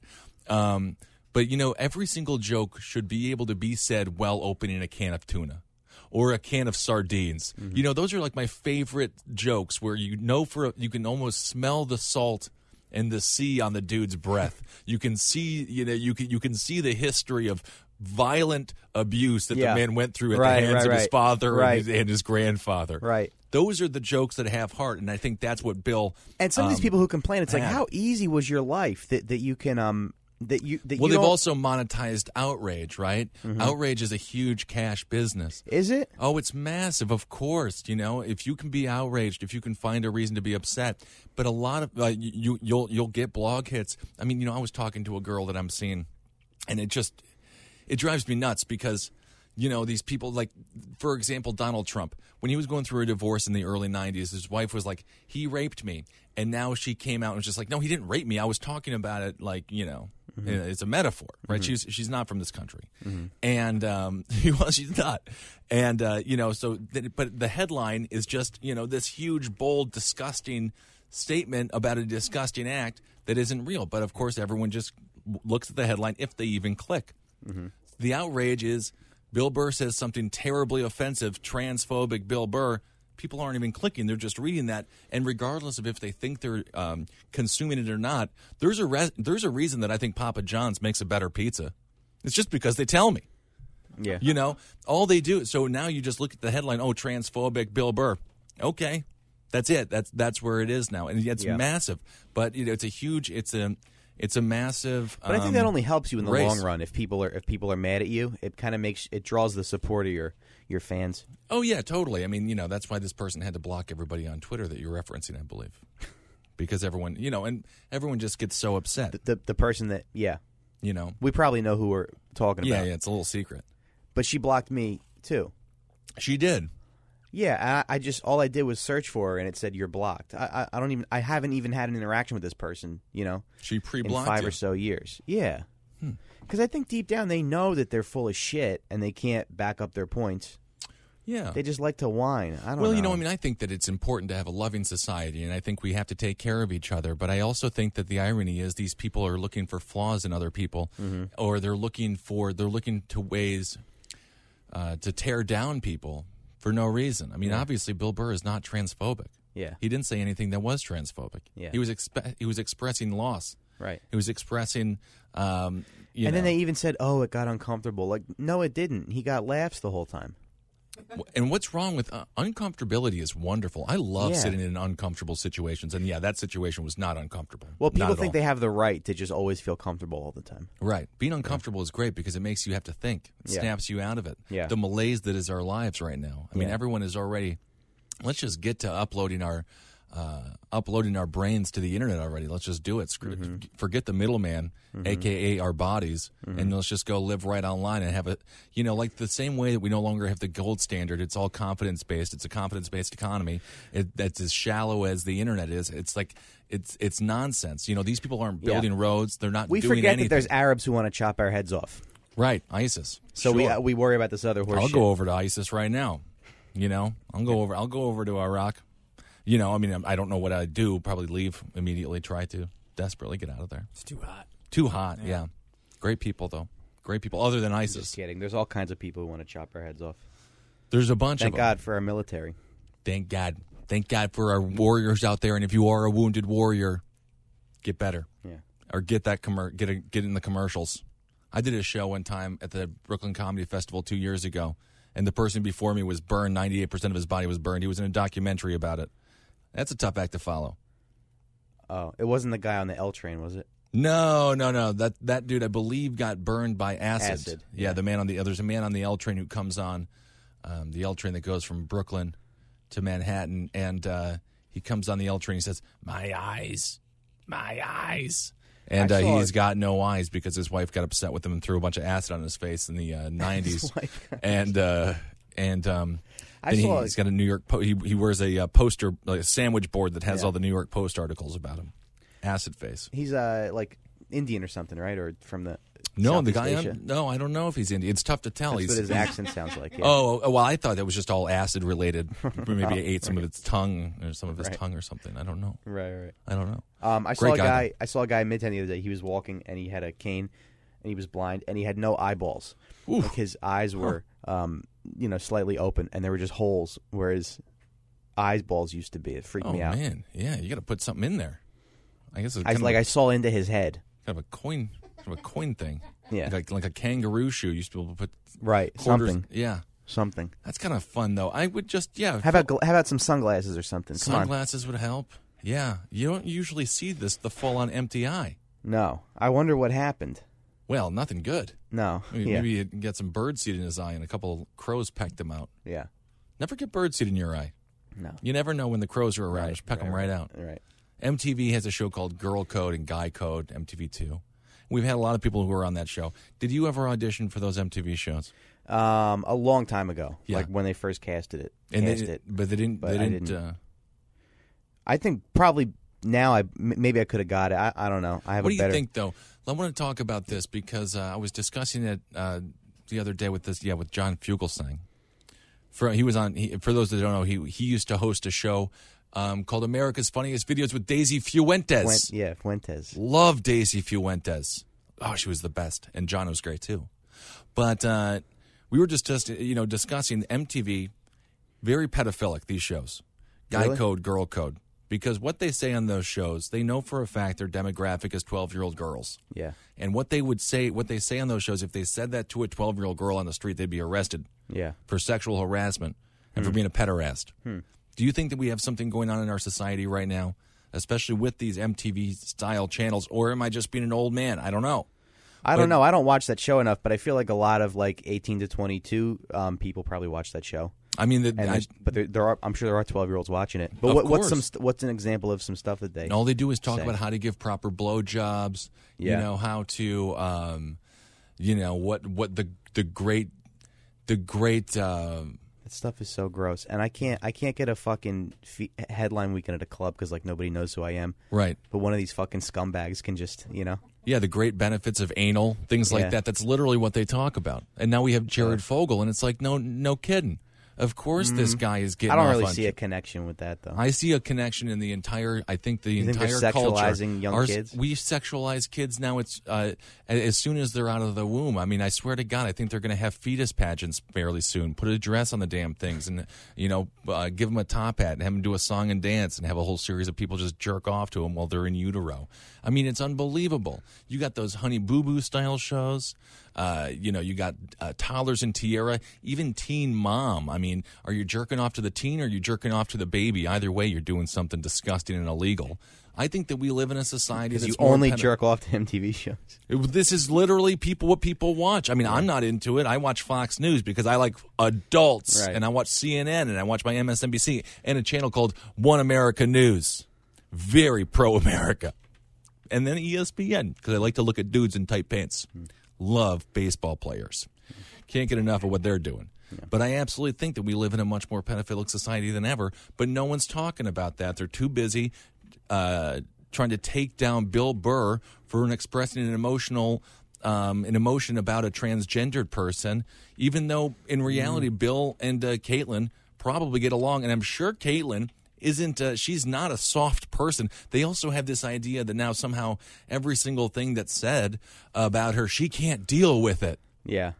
Speaker 2: Um, but you know, every single joke should be able to be said while opening a can of tuna or a can of sardines.
Speaker 4: Mm-hmm.
Speaker 2: You know, those are like my favorite jokes where you know for you can almost smell the salt and the sea on the dude's breath. You can see, you know, you can you can see the history of violent abuse that
Speaker 4: Yeah.
Speaker 2: the man went through at
Speaker 4: Right,
Speaker 2: the hands
Speaker 4: right,
Speaker 2: of his
Speaker 4: right.
Speaker 2: father
Speaker 4: Right.
Speaker 2: and, his, and his grandfather.
Speaker 4: Right.
Speaker 2: Those are the jokes that have heart, and I think that's what Bill.
Speaker 4: And some of these
Speaker 2: um,
Speaker 4: people who complain, it's like,
Speaker 2: had.
Speaker 4: how easy was your life that, that you can um that you that
Speaker 2: Well,
Speaker 4: you
Speaker 2: they've
Speaker 4: don't- Mm-hmm.
Speaker 2: also monetized outrage, right? Outrage is a huge cash business.
Speaker 4: is it
Speaker 2: Oh, it's massive, of course. You know, if you can be outraged, if you can find a reason to be upset, but a lot of uh, you, you'll you'll get blog hits. I mean, you know, I was talking to a girl that I'm seeing, and it just it drives me nuts because you know these people like for example donald trump when he was going through a divorce in the early 90s his wife was like he raped me and now she came out and was just like no he didn't rape me i was talking about it like you know it's a metaphor right she's she's not from this country and um well she's not and uh you know so th- but the headline is just you know this huge bold disgusting statement about a disgusting act that isn't real but of course everyone just w- looks at the headline if they even click the outrage is Bill Burr says something terribly offensive, transphobic Bill Burr. People aren't even clicking. They're just reading that. And regardless of if they think they're um, consuming it or not, there's a, re- there's a reason that I think Papa John's makes a better pizza. It's just because they tell me.
Speaker 4: Yeah.
Speaker 2: You know, all they do. So now you just look at the headline oh, transphobic Bill Burr. Okay. That's it. That's that's where it is now, and it's
Speaker 4: Yeah.
Speaker 2: massive. But you know, it's a huge. It's a it's a massive.
Speaker 4: But I think that only helps you in the
Speaker 2: Um, race.
Speaker 4: long run. If people are if people are mad at you, it kind of makes it draws the support of your your fans.
Speaker 2: Oh yeah, totally. I mean, you know, that's why this person had to block everybody on Twitter that you're referencing, I believe, because everyone, you know, and everyone just gets so upset,
Speaker 4: The the person that yeah,
Speaker 2: you know.
Speaker 4: we probably know who we're talking
Speaker 2: Yeah,
Speaker 4: about.
Speaker 2: yeah, it's a little secret.
Speaker 4: But she blocked me too.
Speaker 2: She did.
Speaker 4: Yeah, I, I just all I did was search for her, and it said you're blocked. I, I I don't even I haven't even had an interaction with this person. You know,
Speaker 2: She
Speaker 4: in
Speaker 2: pre-blocked
Speaker 4: five
Speaker 2: you. Hmm.
Speaker 4: or so years. Yeah. Because I think deep down they know that they're full of shit and they can't back up their points.
Speaker 2: Yeah.
Speaker 4: They just like to whine. I don't
Speaker 2: well, you know, I mean, I think that it's important to have a loving society, and I think we have to take care of each other. But I also think that the irony is these people are looking for flaws in other people,
Speaker 4: Mm-hmm.
Speaker 2: or they're looking for they're looking to ways uh, to tear down people for no reason. I mean, obviously, Bill Burr is not transphobic.
Speaker 4: Yeah.
Speaker 2: he didn't say anything that was transphobic.
Speaker 4: Yeah.
Speaker 2: he was expe- he was expressing loss.
Speaker 4: Right.
Speaker 2: He was expressing. Um, you
Speaker 4: and
Speaker 2: know,
Speaker 4: then they even said, "Oh, it got uncomfortable." Like, no, it didn't. He got laughs the whole time.
Speaker 2: And what's wrong with uh, uncomfortability is wonderful. I love
Speaker 4: Yeah.
Speaker 2: sitting in uncomfortable situations, and yeah, that situation was not uncomfortable.
Speaker 4: Well,
Speaker 2: Not
Speaker 4: people
Speaker 2: at
Speaker 4: think
Speaker 2: all.
Speaker 4: they have the right to just always feel comfortable all the time.
Speaker 2: right being uncomfortable is great because it makes you have to think. It
Speaker 4: Yeah.
Speaker 2: snaps you out of it.
Speaker 4: Yeah.
Speaker 2: The malaise that is our lives right now. I mean, everyone is already. Let's just get to uploading our. Uh, uploading our brains to the internet already. Let's just do it. Screw,
Speaker 4: Mm-hmm.
Speaker 2: Forget the middleman, aka our bodies, and let's just go live right online and have a, you know, like the same way that we no longer have the gold standard. It's all confidence based. It's a confidence based economy. It, that's as shallow as the internet is. It's like it's it's nonsense. You know, these people aren't building roads. They're not
Speaker 4: We
Speaker 2: doing
Speaker 4: forget
Speaker 2: anything.
Speaker 4: that there's Arabs who want to chop our heads off.
Speaker 2: right ISIS.
Speaker 4: So we
Speaker 2: Sure.
Speaker 4: uh, we worry about this other horse.
Speaker 2: I'll
Speaker 4: shit.
Speaker 2: go over to ISIS right now. You know, I'll go over. I'll go over to Iraq. You know, I mean, I'm- I don't know what I'd do. Probably leave immediately. Try to desperately get out of there.
Speaker 3: It's too hot.
Speaker 2: Too hot. Yeah. Great people though. Great people. Other than
Speaker 4: Just
Speaker 2: ISIS,
Speaker 4: kidding. There's all kinds of people who want to chop our heads off.
Speaker 2: there's a bunch
Speaker 4: Thank
Speaker 2: of 'em.
Speaker 4: God for our military.
Speaker 2: Thank God. Thank God for our warriors out there. And if you are a wounded warrior, get better.
Speaker 4: Yeah.
Speaker 2: or get that commer- get a, get in the commercials. I did a show one time at the Brooklyn Comedy Festival two years ago, and the person before me was burned. Ninety eight percent of his body was burned. He was in a documentary about it. That's a tough act to follow.
Speaker 4: Oh, it wasn't the guy on the L train, was it?
Speaker 2: No, no, no. That that dude, I believe, got burned by acid.
Speaker 4: Acid,
Speaker 2: Yeah, the man on the there's a man on the L train who comes on, um, the L train that goes from Brooklyn to Manhattan, and uh, he comes on the L train. He says, "My eyes, my eyes," and
Speaker 4: I
Speaker 2: uh,
Speaker 4: saw
Speaker 2: he's
Speaker 4: it.
Speaker 2: got no eyes because his wife got upset with him and threw a bunch of acid on his face in the uh, '90s, and uh, and um.
Speaker 4: I
Speaker 2: Then he,
Speaker 4: saw it.
Speaker 2: has got a New York. Po- he, he wears a uh, poster, like a sandwich board that has all the New York Post articles about him. Acid face.
Speaker 4: He's uh like Indian or something, right? Or from the
Speaker 2: No, the
Speaker 4: Southeast
Speaker 2: guy.
Speaker 4: Asia.
Speaker 2: On, no, I don't know if he's Indian. It's tough to tell.
Speaker 4: That's
Speaker 2: he's,
Speaker 4: what his accent sounds like. Yeah.
Speaker 2: oh, oh, well, I thought that was just all acid related. Maybe it ate some of its tongue or some of his tongue or something. I don't know.
Speaker 4: right, right.
Speaker 2: I don't know.
Speaker 4: Um, I saw
Speaker 2: Great
Speaker 4: a
Speaker 2: guy,
Speaker 4: guy. I saw a guy in Midtown the other day. He was walking and he had a cane, and he was blind and he had no eyeballs. Like his eyes were, um, you know, slightly open, and there were just holes where his eyeballs used to be. It freaked
Speaker 2: Oh
Speaker 4: me out.
Speaker 2: man, yeah, you got to put something in there. I guess it's
Speaker 4: I
Speaker 2: kind,
Speaker 4: was like,
Speaker 2: of,
Speaker 4: I
Speaker 2: a,
Speaker 4: saw into his head.
Speaker 2: kind of a coin, kind of a coin thing.
Speaker 4: Yeah.
Speaker 2: like like a kangaroo shoe. You used to be able to put
Speaker 4: Right.
Speaker 2: quarters.
Speaker 4: Something.
Speaker 2: Yeah,
Speaker 4: Something.
Speaker 2: that's kind of fun though. I would just yeah.
Speaker 4: How about gl- how about some sunglasses or something? Come on.
Speaker 2: sunglasses would help? Yeah, you don't usually see this the full on empty eye.
Speaker 4: No. I wonder what happened.
Speaker 2: Well, nothing good.
Speaker 4: No.
Speaker 2: I mean,
Speaker 4: yeah.
Speaker 2: Maybe it got some bird seed in his eye, and a couple crows pecked him out.
Speaker 4: Yeah.
Speaker 2: Never get bird seed in your eye.
Speaker 4: No.
Speaker 2: You never know when the crows are around. Just peck them right out.
Speaker 4: Right.
Speaker 2: MTV has a show called Girl Code and Guy Code, MTV2. We've had a lot of people who were on that show. Did you ever audition for those MTV shows?
Speaker 4: Um, a long time ago,
Speaker 2: Yeah.
Speaker 4: like when they first casted it,
Speaker 2: And
Speaker 4: cast
Speaker 2: they,
Speaker 4: it.
Speaker 2: But they didn't.
Speaker 4: but
Speaker 2: they
Speaker 4: I
Speaker 2: didn't.
Speaker 4: didn't.
Speaker 2: Uh,
Speaker 4: I think probably now I m- maybe I could have got it. I, I don't know. I have
Speaker 2: what
Speaker 4: a
Speaker 2: do
Speaker 4: better.
Speaker 2: you think, though? I want to talk about this because uh, I was discussing it uh, the other day with this, yeah, with John Fugelsang. For he was on. He, for those that don't know, he he used to host a show um, called America's Funniest Videos with Daisy Fuentes.
Speaker 4: Fuen- yeah, Fuentes.
Speaker 2: Love Daisy Fuentes. Oh, she was the best, and John was great too. But uh, we were just just you know discussing MTV, very pedophilic these shows, guy
Speaker 4: Really?
Speaker 2: code, girl code, because what they say on those shows, they know for a fact their demographic is twelve year old girls.
Speaker 4: Yeah,
Speaker 2: And what they would say, what they say on those shows, if they said that to a twelve year old girl on the street, they'd be arrested
Speaker 4: yeah.
Speaker 2: for sexual harassment and for
Speaker 4: Hmm.
Speaker 2: being a pederast. Do you think that we have something going on in our society right now, especially with these MTV style channels, or am I just being an old man? I don't know.
Speaker 4: I don't know. I don't watch that show enough, but I feel like a lot of like eighteen to twenty two um, people probably watch that show.
Speaker 2: I mean, the,
Speaker 4: And
Speaker 2: I,
Speaker 4: there's but there, there are, I'm sure there are twelve year olds watching it. But
Speaker 2: Of
Speaker 4: what, what's
Speaker 2: course.
Speaker 4: some? St- what's an example of some stuff that they?
Speaker 2: and all they do is talk
Speaker 4: Same.
Speaker 2: about how to give proper blowjobs. You
Speaker 4: Yeah.
Speaker 2: know how to, um, you know what what the the great the great. um
Speaker 4: That stuff is so gross, and I can't. I can't get a fucking fe- headline weekend at a club because like nobody knows who I am.
Speaker 2: Right.
Speaker 4: But one of these fucking scumbags can just, you know.
Speaker 2: Yeah, the great benefits of anal, things like
Speaker 4: Yeah.
Speaker 2: that. That's literally what they talk about. And now we have Jared Fogle, and it's like, no, no kidding. Of course, this guy is getting.
Speaker 4: Mm-hmm. I don't
Speaker 2: off
Speaker 4: really
Speaker 2: on
Speaker 4: see a
Speaker 2: it.
Speaker 4: connection with that though.
Speaker 2: I see a connection in the entire. I think the
Speaker 4: think they're
Speaker 2: entire culture.
Speaker 4: sexualizing young
Speaker 2: Our-
Speaker 4: kids?
Speaker 2: We sexualize kids now. It's uh, a- as soon as they're out of the womb. I mean, I swear to God, I think they're going to have fetus pageants fairly soon. Put a dress on the damn things, and you know, uh, give them a top hat, and have them do a song and dance, and have a whole series of people just jerk off to them while they're in utero. I mean, it's unbelievable. You got those Honey Boo Boo style shows. Uh, you know, you got uh, toddlers in tiara, even teen mom. I mean, are you jerking off to the teen or are you jerking off to the baby? Either way, you're doing something disgusting and illegal. I think that we live in a society that's
Speaker 4: you
Speaker 2: more
Speaker 4: only
Speaker 2: pedo-
Speaker 4: jerk off to MTV shows.
Speaker 2: It- This is literally people what people watch. I mean, I'm not into it. I watch Fox News because I like adults,
Speaker 4: Right.
Speaker 2: and I watch CNN and I watch my MSNBC and a channel called One America News. Very pro America, and then E ESPN because I like to look at dudes in tight pants.
Speaker 4: Hmm.
Speaker 2: Love baseball players. Can't get enough of what they're doing. But I absolutely think that we live in a much more pedophilic society than ever. But no one's talking about that. They're too busy uh, trying to take down Bill Burr for an expressing an emotional um, an emotion about a transgendered person, even though in reality Bill and uh, Caitlin probably get along, and I'm sure Caitlin isn't uh, she's not a soft person they also have this idea that now somehow every single thing that's said about her she can't deal with it
Speaker 4: Yeah.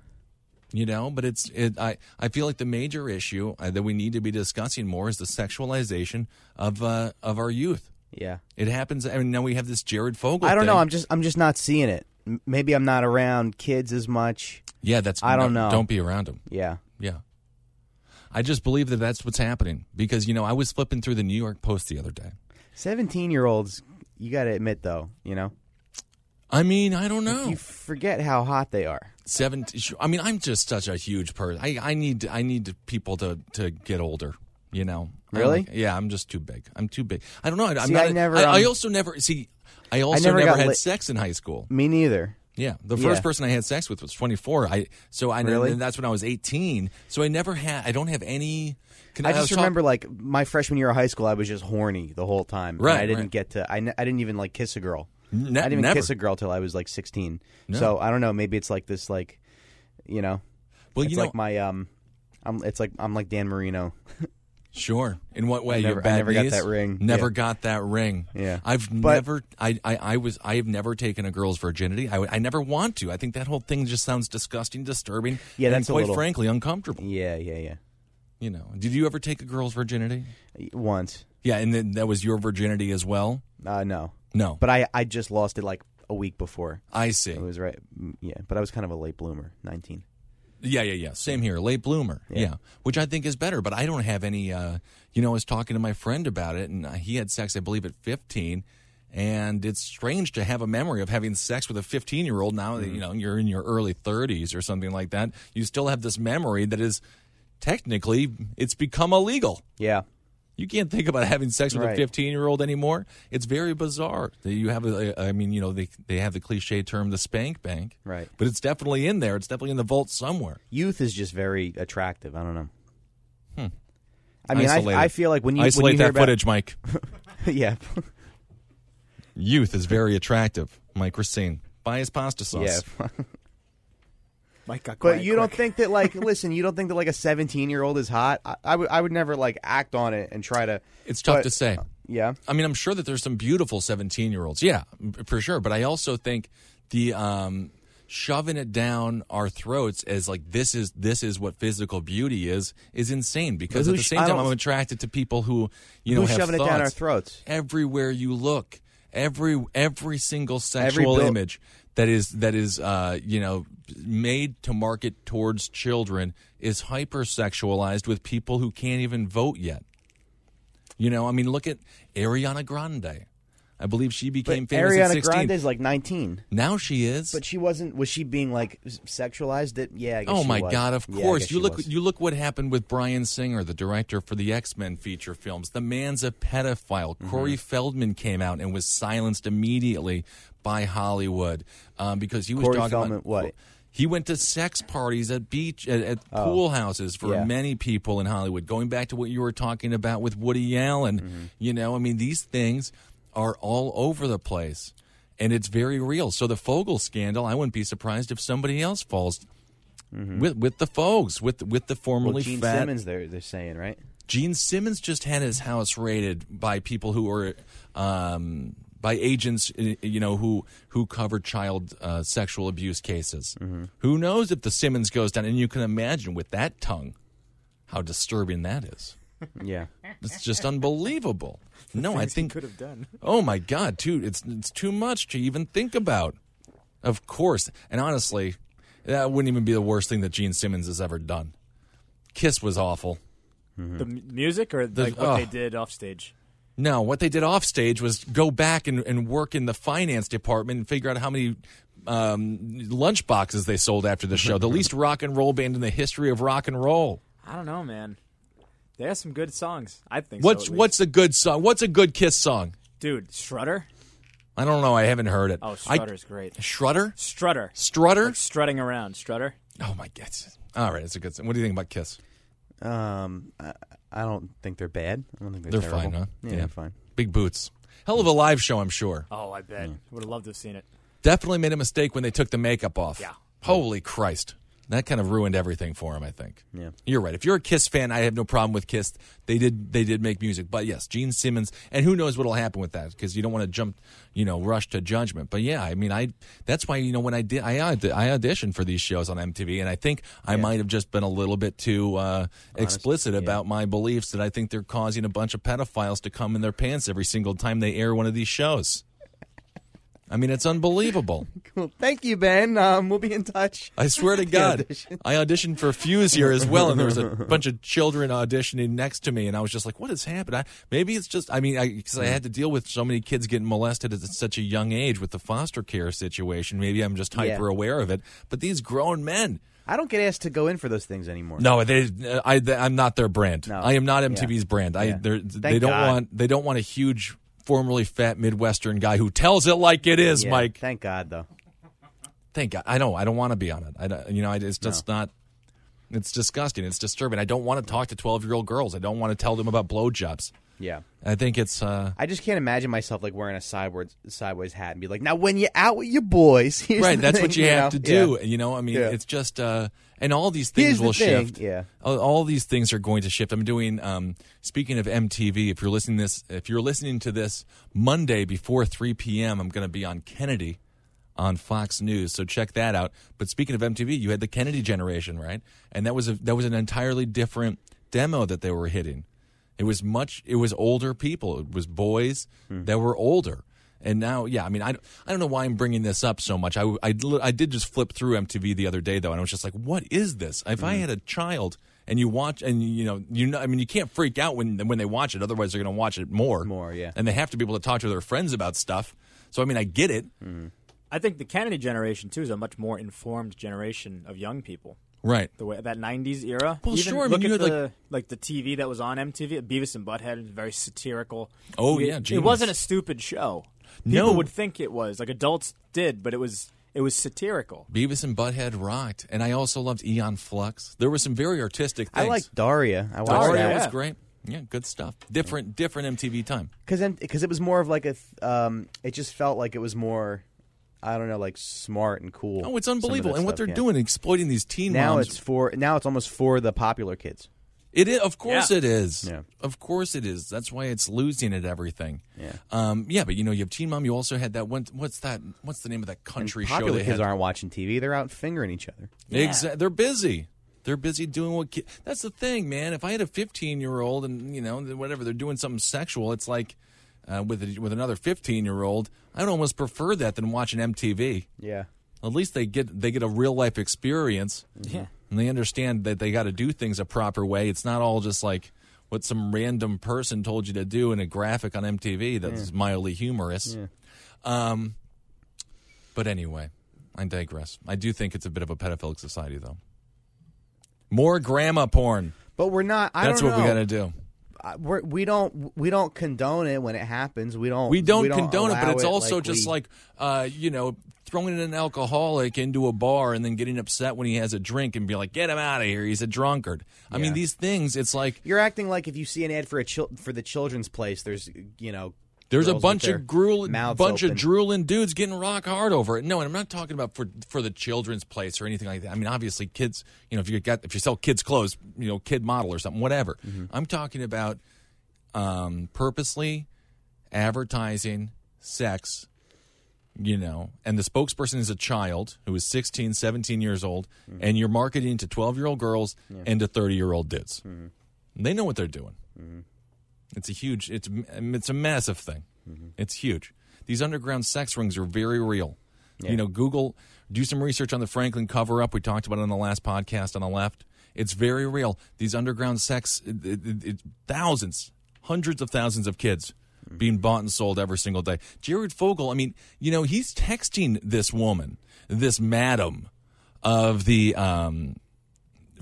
Speaker 2: you know but it's it, i i feel like the major issue uh, that we need to be discussing more is the sexualization of uh, of our youth
Speaker 4: Yeah.
Speaker 2: it happens. I mean, now we have this Jared Fogle.
Speaker 4: I don't know.
Speaker 2: thing.
Speaker 4: I'm just I'm just not seeing it. M- Maybe I'm not around kids as much.
Speaker 2: yeah, that's.
Speaker 4: I don't
Speaker 2: no,
Speaker 4: know.
Speaker 2: Don't be around him.
Speaker 4: Yeah.
Speaker 2: Yeah, I just believe that that's what's happening because you know I was flipping through the New York Post the other day.
Speaker 4: 17-year-olds, you got to admit though, you know.
Speaker 2: I mean, I don't know.
Speaker 4: You forget how hot they are.
Speaker 2: Seventeen. I mean, I'm just such a huge person. I, I need I need people to to get older. You know. I
Speaker 4: Really?
Speaker 2: like- yeah, I'm just too big. I'm too big. I don't know. I'm
Speaker 4: See,
Speaker 2: not.
Speaker 4: I never,
Speaker 2: I,
Speaker 4: um,
Speaker 2: also never see. I also
Speaker 4: never got
Speaker 2: had
Speaker 4: lit-
Speaker 2: sex in high school.
Speaker 4: Me neither.
Speaker 2: Yeah, the first
Speaker 4: Yeah.
Speaker 2: person I had sex with was 24. I so I
Speaker 4: Really?
Speaker 2: and that's when I was 18. So I never had. I don't have any. Can,
Speaker 4: I
Speaker 2: was
Speaker 4: just
Speaker 2: talk-
Speaker 4: remember like my freshman year of high school I was just horny the whole time. and
Speaker 2: Right,
Speaker 4: I didn't
Speaker 2: right.
Speaker 4: get to I, ne- I didn't even like kiss a girl.
Speaker 2: Ne-
Speaker 4: I didn't even
Speaker 2: never.
Speaker 4: kiss a girl till I was like 16. So I don't know, maybe it's like this like you know,
Speaker 2: Well,
Speaker 4: it's
Speaker 2: you know,
Speaker 4: like my um I'm it's like I'm like Dan Marino.
Speaker 2: sure. In what way?
Speaker 4: I never-
Speaker 2: Your
Speaker 4: I
Speaker 2: bad
Speaker 4: never got
Speaker 2: knees?
Speaker 4: that ring.
Speaker 2: Never
Speaker 4: Yeah.
Speaker 2: got that ring.
Speaker 4: Yeah.
Speaker 2: I've
Speaker 4: But-
Speaker 2: never. I, I I was. I have never taken a girl's virginity. I would- I never want to. I think that whole thing just sounds disgusting, disturbing.
Speaker 4: Yeah,
Speaker 2: and
Speaker 4: that's a
Speaker 2: quite
Speaker 4: little-
Speaker 2: frankly uncomfortable.
Speaker 4: Yeah, yeah, yeah.
Speaker 2: You know. Did you ever take a girl's virginity?
Speaker 4: Once.
Speaker 2: Yeah, and then that was your virginity as well.
Speaker 4: Uh, no.
Speaker 2: No.
Speaker 4: But I, I just lost it like a week before.
Speaker 2: I see.
Speaker 4: It was right, mm, yeah. But I was kind of a late bloomer, nineteen.
Speaker 2: Yeah, yeah, yeah. Same here. Late bloomer. Yeah.
Speaker 4: Yeah.
Speaker 2: Which I think is better, but I don't have any. Uh, you know, I was talking to my friend about it, and uh, he had sex, I believe, at 15. And it's strange to have a memory of having sex with a 15 year old now
Speaker 4: Mm-hmm.
Speaker 2: that, you know, you're in your early 30s or something like that. You still have this memory that is technically, it's become illegal.
Speaker 4: Yeah,
Speaker 2: You can't think about having sex with a
Speaker 4: Right.
Speaker 2: 15 year old anymore. It's very bizarre. that You have, a, I mean, you know, they, they have the cliche term, the spank bank.
Speaker 4: Right.
Speaker 2: But it's definitely in there. It's definitely in the vault somewhere.
Speaker 4: youth is just very attractive. I don't know. I mean,
Speaker 2: Isolate it.
Speaker 4: I, I feel like when you
Speaker 2: Hmm. isolate
Speaker 4: when you
Speaker 2: that
Speaker 4: hear about,
Speaker 2: footage, Mike.
Speaker 4: yeah,
Speaker 2: Youth is very attractive. Mike Racine. Buy his pasta
Speaker 4: yeah.
Speaker 2: sauce.
Speaker 3: Mike got quiet
Speaker 4: But you don't
Speaker 3: quick.
Speaker 4: think that like listen, you don't think that like a seventeen year old is hot. I, I would I would never like act on it and try to.
Speaker 2: It's tough
Speaker 4: but-
Speaker 2: to say.
Speaker 4: Yeah,
Speaker 2: I mean, I'm sure that there's some beautiful 17 year olds. Yeah, m- for sure. But I also think the um, shoving it down our throats as like this is this is what physical beauty is is insane. Because
Speaker 4: But
Speaker 2: at
Speaker 4: who's
Speaker 2: the
Speaker 4: sh-
Speaker 2: same
Speaker 4: I
Speaker 2: time,
Speaker 4: don't-
Speaker 2: I'm attracted to people who you know
Speaker 4: who's
Speaker 2: have
Speaker 4: shoving it down our
Speaker 2: thoughts.
Speaker 4: throats?
Speaker 2: everywhere you look every every single sexual
Speaker 4: bill-
Speaker 2: image that is that is uh, you know made to market towards children is hypersexualized with people who can't even vote yet you know i mean look at ariana grande i believe she
Speaker 4: But
Speaker 2: became famous at
Speaker 4: Ariana
Speaker 2: 16
Speaker 4: Grande is like nineteen,
Speaker 2: now she is
Speaker 4: but she wasn't. Was she being like s- sexualized? That yeah. I guess
Speaker 2: Oh
Speaker 4: she
Speaker 2: my
Speaker 4: was.
Speaker 2: God! Of
Speaker 4: Yeah, I
Speaker 2: course,
Speaker 4: guess
Speaker 2: you
Speaker 4: she
Speaker 2: look.
Speaker 4: was.
Speaker 2: You look what happened with Brian Singer, the director for the X Men feature films. The man's a pedophile.
Speaker 4: Mm-hmm.
Speaker 2: Corey Feldman came out and was silenced immediately by Hollywood um, because he was
Speaker 4: Corey
Speaker 2: talking
Speaker 4: Feldman,
Speaker 2: about
Speaker 4: what?
Speaker 2: He went to sex parties at beach at, at pool houses for
Speaker 4: Oh. yeah.
Speaker 2: many people in Hollywood. Going back to what you were talking about with Woody Allen,
Speaker 4: Mm-hmm.
Speaker 2: you know, I mean, these things are all over the place, and it's very real. So the Fogel scandal, I wouldn't be surprised if somebody else falls with with the foes with with the formerly
Speaker 4: Mm-hmm. Well, Gene
Speaker 2: fat
Speaker 4: Simmons, they're they're saying right.
Speaker 2: Gene Simmons just had his house raided by people who were um, by agents uh, you know who who cover child uh, sexual abuse cases.
Speaker 3: Mm-hmm.
Speaker 2: Who knows if the Simmons goes down? And you can imagine with that tongue, how disturbing that is.
Speaker 4: Yeah,
Speaker 2: It's just unbelievable. No, I
Speaker 3: Things he
Speaker 2: think
Speaker 3: could have done.
Speaker 2: Oh my God, dude, it's it's too much to even think about. Of course, and honestly, that wouldn't even be the worst thing that Gene Simmons has ever done. Kiss was awful.
Speaker 3: The
Speaker 2: Mm.
Speaker 3: m- music or like what
Speaker 2: ugh.
Speaker 3: they did off stage.
Speaker 2: No, what they did off stage was go back and, and work in the finance department and figure out how many um, lunch boxes they sold after the show. the least rock and roll band in the history of rock and roll.
Speaker 3: I don't know, man. They have some good songs. I think. so,
Speaker 2: What's
Speaker 3: at least.
Speaker 2: what's a good song? What's a good Kiss song?
Speaker 3: dude? Strutter.
Speaker 2: I don't know. I haven't heard it.
Speaker 3: Oh,
Speaker 2: I-
Speaker 3: Strutter's great.
Speaker 2: Shredder?
Speaker 3: Strutter.
Speaker 2: Strutter?
Speaker 3: Like strutting around. Strutter.
Speaker 2: Oh my God! All right, it's a good. song. What do you think about Kiss?
Speaker 4: um, I, I don't think they're bad. I don't think they're,
Speaker 2: They're
Speaker 4: terrible.
Speaker 2: fine, huh?
Speaker 4: Yeah, they're fine.
Speaker 2: Big boots. Hell of a live show, I'm sure.
Speaker 3: Oh, I bet. Would have loved to have seen it.
Speaker 2: Definitely made a mistake when they took the makeup off.
Speaker 3: Yeah.
Speaker 2: Holy Christ. That kind of ruined everything for him, I think.
Speaker 4: Yeah.
Speaker 2: You're right. If you're a Kiss fan, I have no problem with Kiss. They did they did make music. But yes, Gene Simmons and who knows what'll happen with that because you don't want to jump, you know, rush to judgment. But yeah, I mean, I that's why you know when I did I aud- I auditioned for these shows on MTV and I think I might have just been a little bit too uh, explicit about my beliefs that I think they're causing a bunch of pedophiles to come in their pants every single time they air one of these shows. I mean, it's unbelievable.
Speaker 4: Well, thank you, Ben. Um, we'll be in touch.
Speaker 2: I swear to God,
Speaker 4: audition.
Speaker 2: I auditioned for Fuse here as well, and there was a bunch of children auditioning next to me, and I was just like, "What has happened?" I, maybe it's just, I mean, because I, had to deal with so many kids getting molested at such a young age with the foster care situation. Maybe I'm just
Speaker 4: Yeah.
Speaker 2: hyper aware of it. But these grown men,
Speaker 4: I don't get asked to go in for those things anymore.
Speaker 2: no, they, uh, I, I'm not their brand.
Speaker 4: No.
Speaker 2: I am not
Speaker 4: Yeah.
Speaker 2: MTV's brand. I,
Speaker 4: Yeah.
Speaker 2: they're- they
Speaker 4: Thank
Speaker 2: don't
Speaker 4: God.
Speaker 2: want, they don't want a huge, formerly fat Midwestern guy who tells it like it is,
Speaker 4: Yeah,
Speaker 2: Mike.
Speaker 4: Thank God, though.
Speaker 2: Thank God. I know. I don't want to be on it. I don't, you know, I, it's just not. It's disgusting. It's disturbing. I don't want to talk to twelve-year-old girls. I don't want to tell them about blowjobs.
Speaker 4: Yeah.
Speaker 2: I think it's. uh
Speaker 4: I just can't imagine myself like wearing a sideways sideways hat and be like, now when you out with your boys, here's
Speaker 2: Right,
Speaker 4: the
Speaker 2: that's
Speaker 4: thing,"
Speaker 2: what you have to
Speaker 4: know?
Speaker 2: do.
Speaker 4: Yeah.
Speaker 2: You know, I mean,
Speaker 4: Yeah.
Speaker 2: it's just, uh, and all these things
Speaker 4: Here's the
Speaker 2: will
Speaker 4: thing,
Speaker 2: shift.
Speaker 4: yeah.
Speaker 2: all, all these things are going to shift. I'm doing. Um, speaking of MTV, if you're listening this, if you're listening to this Monday before 3 p.m., I'm going to be on Kennedy on Fox News, so check that out. But speaking of MTV, you had the Kennedy generation, right? And that was a that was an entirely different demo that they were
Speaker 4: Hmm.
Speaker 2: hitting. It was much. It was older people. It was boys that were older. And now, yeah, I mean, I, don't- I don't know why I'm bringing this up so much. I, I, li- I did just flip through MTV the other day, though, and I was just like, what is this? If
Speaker 4: Hmm.
Speaker 2: I had a child and you watch, and you know, you know, I mean, you can't freak out when when they watch it. Otherwise, they're going to watch it more.
Speaker 4: More, yeah.
Speaker 2: And they have to be able to talk to their friends about stuff. So, I mean, I get it.
Speaker 4: Hmm.
Speaker 3: I think the Kennedy generation too is a much more informed generation of young people.
Speaker 2: Right.
Speaker 3: The way that '90s era.
Speaker 2: Well,
Speaker 3: Even
Speaker 2: sure, I mean,
Speaker 3: Look
Speaker 2: you
Speaker 3: at
Speaker 2: had,
Speaker 3: the,
Speaker 2: like-
Speaker 3: like, the TV that was on MTV. Beavis and ButtHead, very satirical.
Speaker 2: Oh,
Speaker 3: It-
Speaker 2: yeah,
Speaker 3: it
Speaker 2: genius.
Speaker 3: wasn't a stupid show.
Speaker 2: No.
Speaker 3: People would think it was. Like adults did, but it was it was satirical.
Speaker 2: Beavis and Butthead rocked. And I also loved Eon Flux. There were some very artistic
Speaker 4: I
Speaker 2: things.
Speaker 4: like Daria. I watched
Speaker 3: Daria,
Speaker 2: Daria
Speaker 4: that
Speaker 2: was
Speaker 3: yeah.
Speaker 2: great. Yeah, good stuff. Different, different MTV time.
Speaker 4: because because it was more of like a th- um, it just felt like it was more I don't know like smart and cool.
Speaker 2: Oh, it's
Speaker 4: some of that
Speaker 2: unbelievable. And what
Speaker 4: stuff,
Speaker 2: they're
Speaker 4: yeah.
Speaker 2: doing, exploiting these teen
Speaker 4: now
Speaker 2: moms.
Speaker 4: it's for now it's almost for the popular kids.
Speaker 2: It is, of course
Speaker 3: Yeah.
Speaker 2: it is.
Speaker 4: Yeah.
Speaker 2: Of course it is. That's why it's losing at everything. Yeah. Um, yeah, but you know, you have Teen Mom. You also had that one. What's that? What's the name of that country show?
Speaker 4: popular
Speaker 2: they
Speaker 4: kids
Speaker 2: had?
Speaker 4: aren't watching TV; they're out fingering each other.
Speaker 2: Exa- they're busy. They're busy doing what. Ki- That's the thing, man. If I had a 15 year old and you know th- whatever they're doing something sexual, it's like uh, with a, with another 15 year old. I'd almost prefer that than watching MTV.
Speaker 4: Yeah,
Speaker 2: At least they get they get a real life experience.
Speaker 3: Yeah.
Speaker 2: and they understand that they got to do things a proper way. It's not all just like what some random person told you to do in a graphic on MTV that's mildly humorous. Um, but anyway, I digress. I do think it's a bit of a pedophilic society, though. More grandma porn.
Speaker 4: but we're not. I
Speaker 2: That's
Speaker 4: don't
Speaker 2: what
Speaker 4: know.
Speaker 2: we got to do.
Speaker 4: I- We're, we don't we don't condone it when it happens. We don't
Speaker 2: We don't, condone it, but
Speaker 4: allow
Speaker 2: it's also just
Speaker 4: we-
Speaker 2: like, uh, you know, throwing an alcoholic into a bar and then getting upset when he has a drink and be like, get him out of here. He's a drunkard. I mean, these things, it's like
Speaker 4: you're acting like if you see an ad for a chil- for the children's place. There's you know
Speaker 2: There's a
Speaker 4: girls with
Speaker 2: bunch
Speaker 4: their
Speaker 2: of grueling,
Speaker 4: mouths
Speaker 2: bunch
Speaker 4: open.
Speaker 2: of drooling dudes getting rock hard over it. No, and I'm not talking about for for the children's place or anything like that. I mean, obviously, kids. You know, if you got if you sell kids clothes, you know, kid model or something, whatever.
Speaker 4: Mm-hmm.
Speaker 2: I'm talking about um, purposely advertising sex. You know, and the spokesperson is a child who is 16, 17 years old,
Speaker 4: Mm-hmm.
Speaker 2: and you're marketing to 12 year old girls and to 30 year old dudes.
Speaker 4: Mm-hmm.
Speaker 2: They know what they're doing. It's a huge. It's it's a massive thing. It's huge. These underground sex rings are very real. You know, Google do some research on the Franklin cover up. We talked about it on the last podcast on the left. It's very real. These underground sex, it, it, it- it- thousands, hundreds of thousands of kids being bought and sold every single day. Jared Fogle, I mean, you know, he's texting this woman, this madam of the um,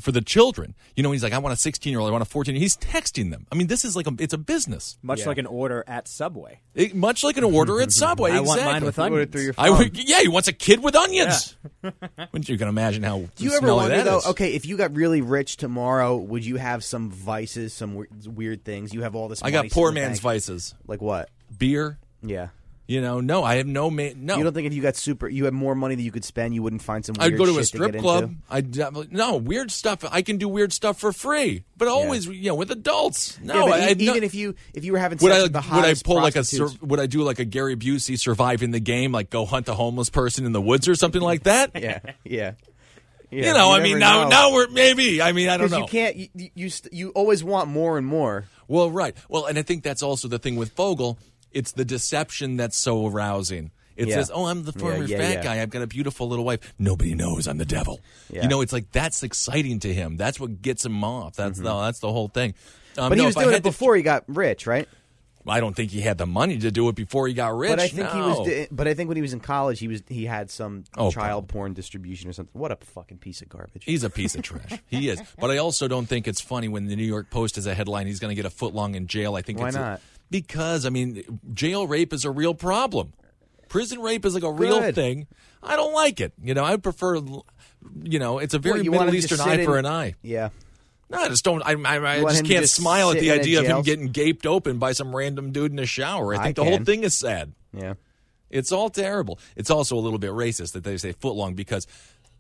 Speaker 2: for the children. You know, he's like, I want a 16 year old, I want a 14. He's texting them. I mean, this is like a, it's a business,
Speaker 3: Much like an order at Subway.
Speaker 2: It- much like an order at Subway.
Speaker 3: I
Speaker 2: exactly.
Speaker 3: want mine with
Speaker 4: order
Speaker 3: onions.
Speaker 4: through your
Speaker 2: I would, yeah, he wants a kid with onions. Wouldn't you can imagine how
Speaker 4: Do you ever
Speaker 2: smelly
Speaker 4: wonder
Speaker 2: that
Speaker 4: though?
Speaker 2: is.
Speaker 4: Okay, if you got really rich tomorrow, would you have some vices, some weird, weird things? You have all this.
Speaker 2: I
Speaker 4: money
Speaker 2: got poor
Speaker 4: sitting in the
Speaker 2: man's
Speaker 4: bank.
Speaker 2: vices,
Speaker 4: Like what?
Speaker 2: beer.
Speaker 4: Yeah.
Speaker 2: You know, no, I have no ma- no.
Speaker 4: You don't think if you got super, you had more money that you could spend, you wouldn't find some. Weird
Speaker 2: Oh. I'd go to a
Speaker 4: shit
Speaker 2: strip
Speaker 4: get
Speaker 2: club.
Speaker 4: Into?
Speaker 2: I definitely no weird stuff. I can do weird stuff for free, but always you know with adults.
Speaker 4: Yeah,
Speaker 2: No,
Speaker 4: but
Speaker 2: I,
Speaker 4: e-
Speaker 2: Oh, I'd
Speaker 4: even
Speaker 2: not-
Speaker 4: if you if you were having sex
Speaker 2: would I
Speaker 4: with the
Speaker 2: would I
Speaker 4: hottest
Speaker 2: pull like a sur-
Speaker 4: prostitutes-
Speaker 2: would I do like a Gary Busey surviving the game like go hunt a homeless person in the woods or something like that?
Speaker 4: yeah, yeah, yeah.
Speaker 2: You know, I
Speaker 4: never
Speaker 2: mean, now
Speaker 4: know.
Speaker 2: now we're maybe. I mean, I don't
Speaker 4: 'Cause
Speaker 2: know.
Speaker 4: you can't you you, you, st- you always want more and more.
Speaker 2: Well, right. Well, and I think that's also the thing with Fogel. It's the deception that's so arousing. It
Speaker 4: Yeah.
Speaker 2: says, "Oh, I'm the
Speaker 4: Yeah,
Speaker 2: former
Speaker 4: yeah,
Speaker 2: fat
Speaker 4: yeah.
Speaker 2: guy. I've got a beautiful little wife. Nobody knows I'm the devil."
Speaker 4: Yeah.
Speaker 2: You know, it's like that's exciting to him. That's what gets him off. That's the that's the whole thing. Um,
Speaker 4: Mm-hmm. But
Speaker 2: no,
Speaker 4: he was
Speaker 2: if I
Speaker 4: doing
Speaker 2: had
Speaker 4: it
Speaker 2: to-
Speaker 4: before he got rich, right?
Speaker 2: I don't think he had the money to do it before he got rich.
Speaker 4: But I think he
Speaker 2: No.
Speaker 4: was. di- But I think when he was in college, he was he had some
Speaker 2: Oh, probably.
Speaker 4: child porn distribution or something. What a fucking piece of garbage!
Speaker 2: He's a piece of trash. He is. But I also don't think it's funny when the New York Post has a headline he's going to get a foot long in jail. I think
Speaker 4: Why
Speaker 2: it's a-
Speaker 4: not?
Speaker 2: because I mean, jail rape is a real problem. Prison rape is like a real
Speaker 4: Good.
Speaker 2: thing. I don't like it. You know, I prefer. You know, it's a very
Speaker 4: What, you want
Speaker 2: Middle
Speaker 4: him to
Speaker 2: Eastern
Speaker 4: sit
Speaker 2: eye
Speaker 4: in-
Speaker 2: for an eye.
Speaker 4: Yeah,
Speaker 2: No, I just don't. I, I, I
Speaker 4: want
Speaker 2: just
Speaker 4: him to
Speaker 2: can't
Speaker 4: just
Speaker 2: sit smile at
Speaker 4: sit
Speaker 2: the
Speaker 4: in a
Speaker 2: idea of him
Speaker 4: jail-
Speaker 2: getting gaped open by some random dude in a shower. I
Speaker 4: I
Speaker 2: think the whole
Speaker 4: can.
Speaker 2: thing is sad.
Speaker 4: yeah.
Speaker 2: It's all terrible. It's also a little bit racist that they say footlong because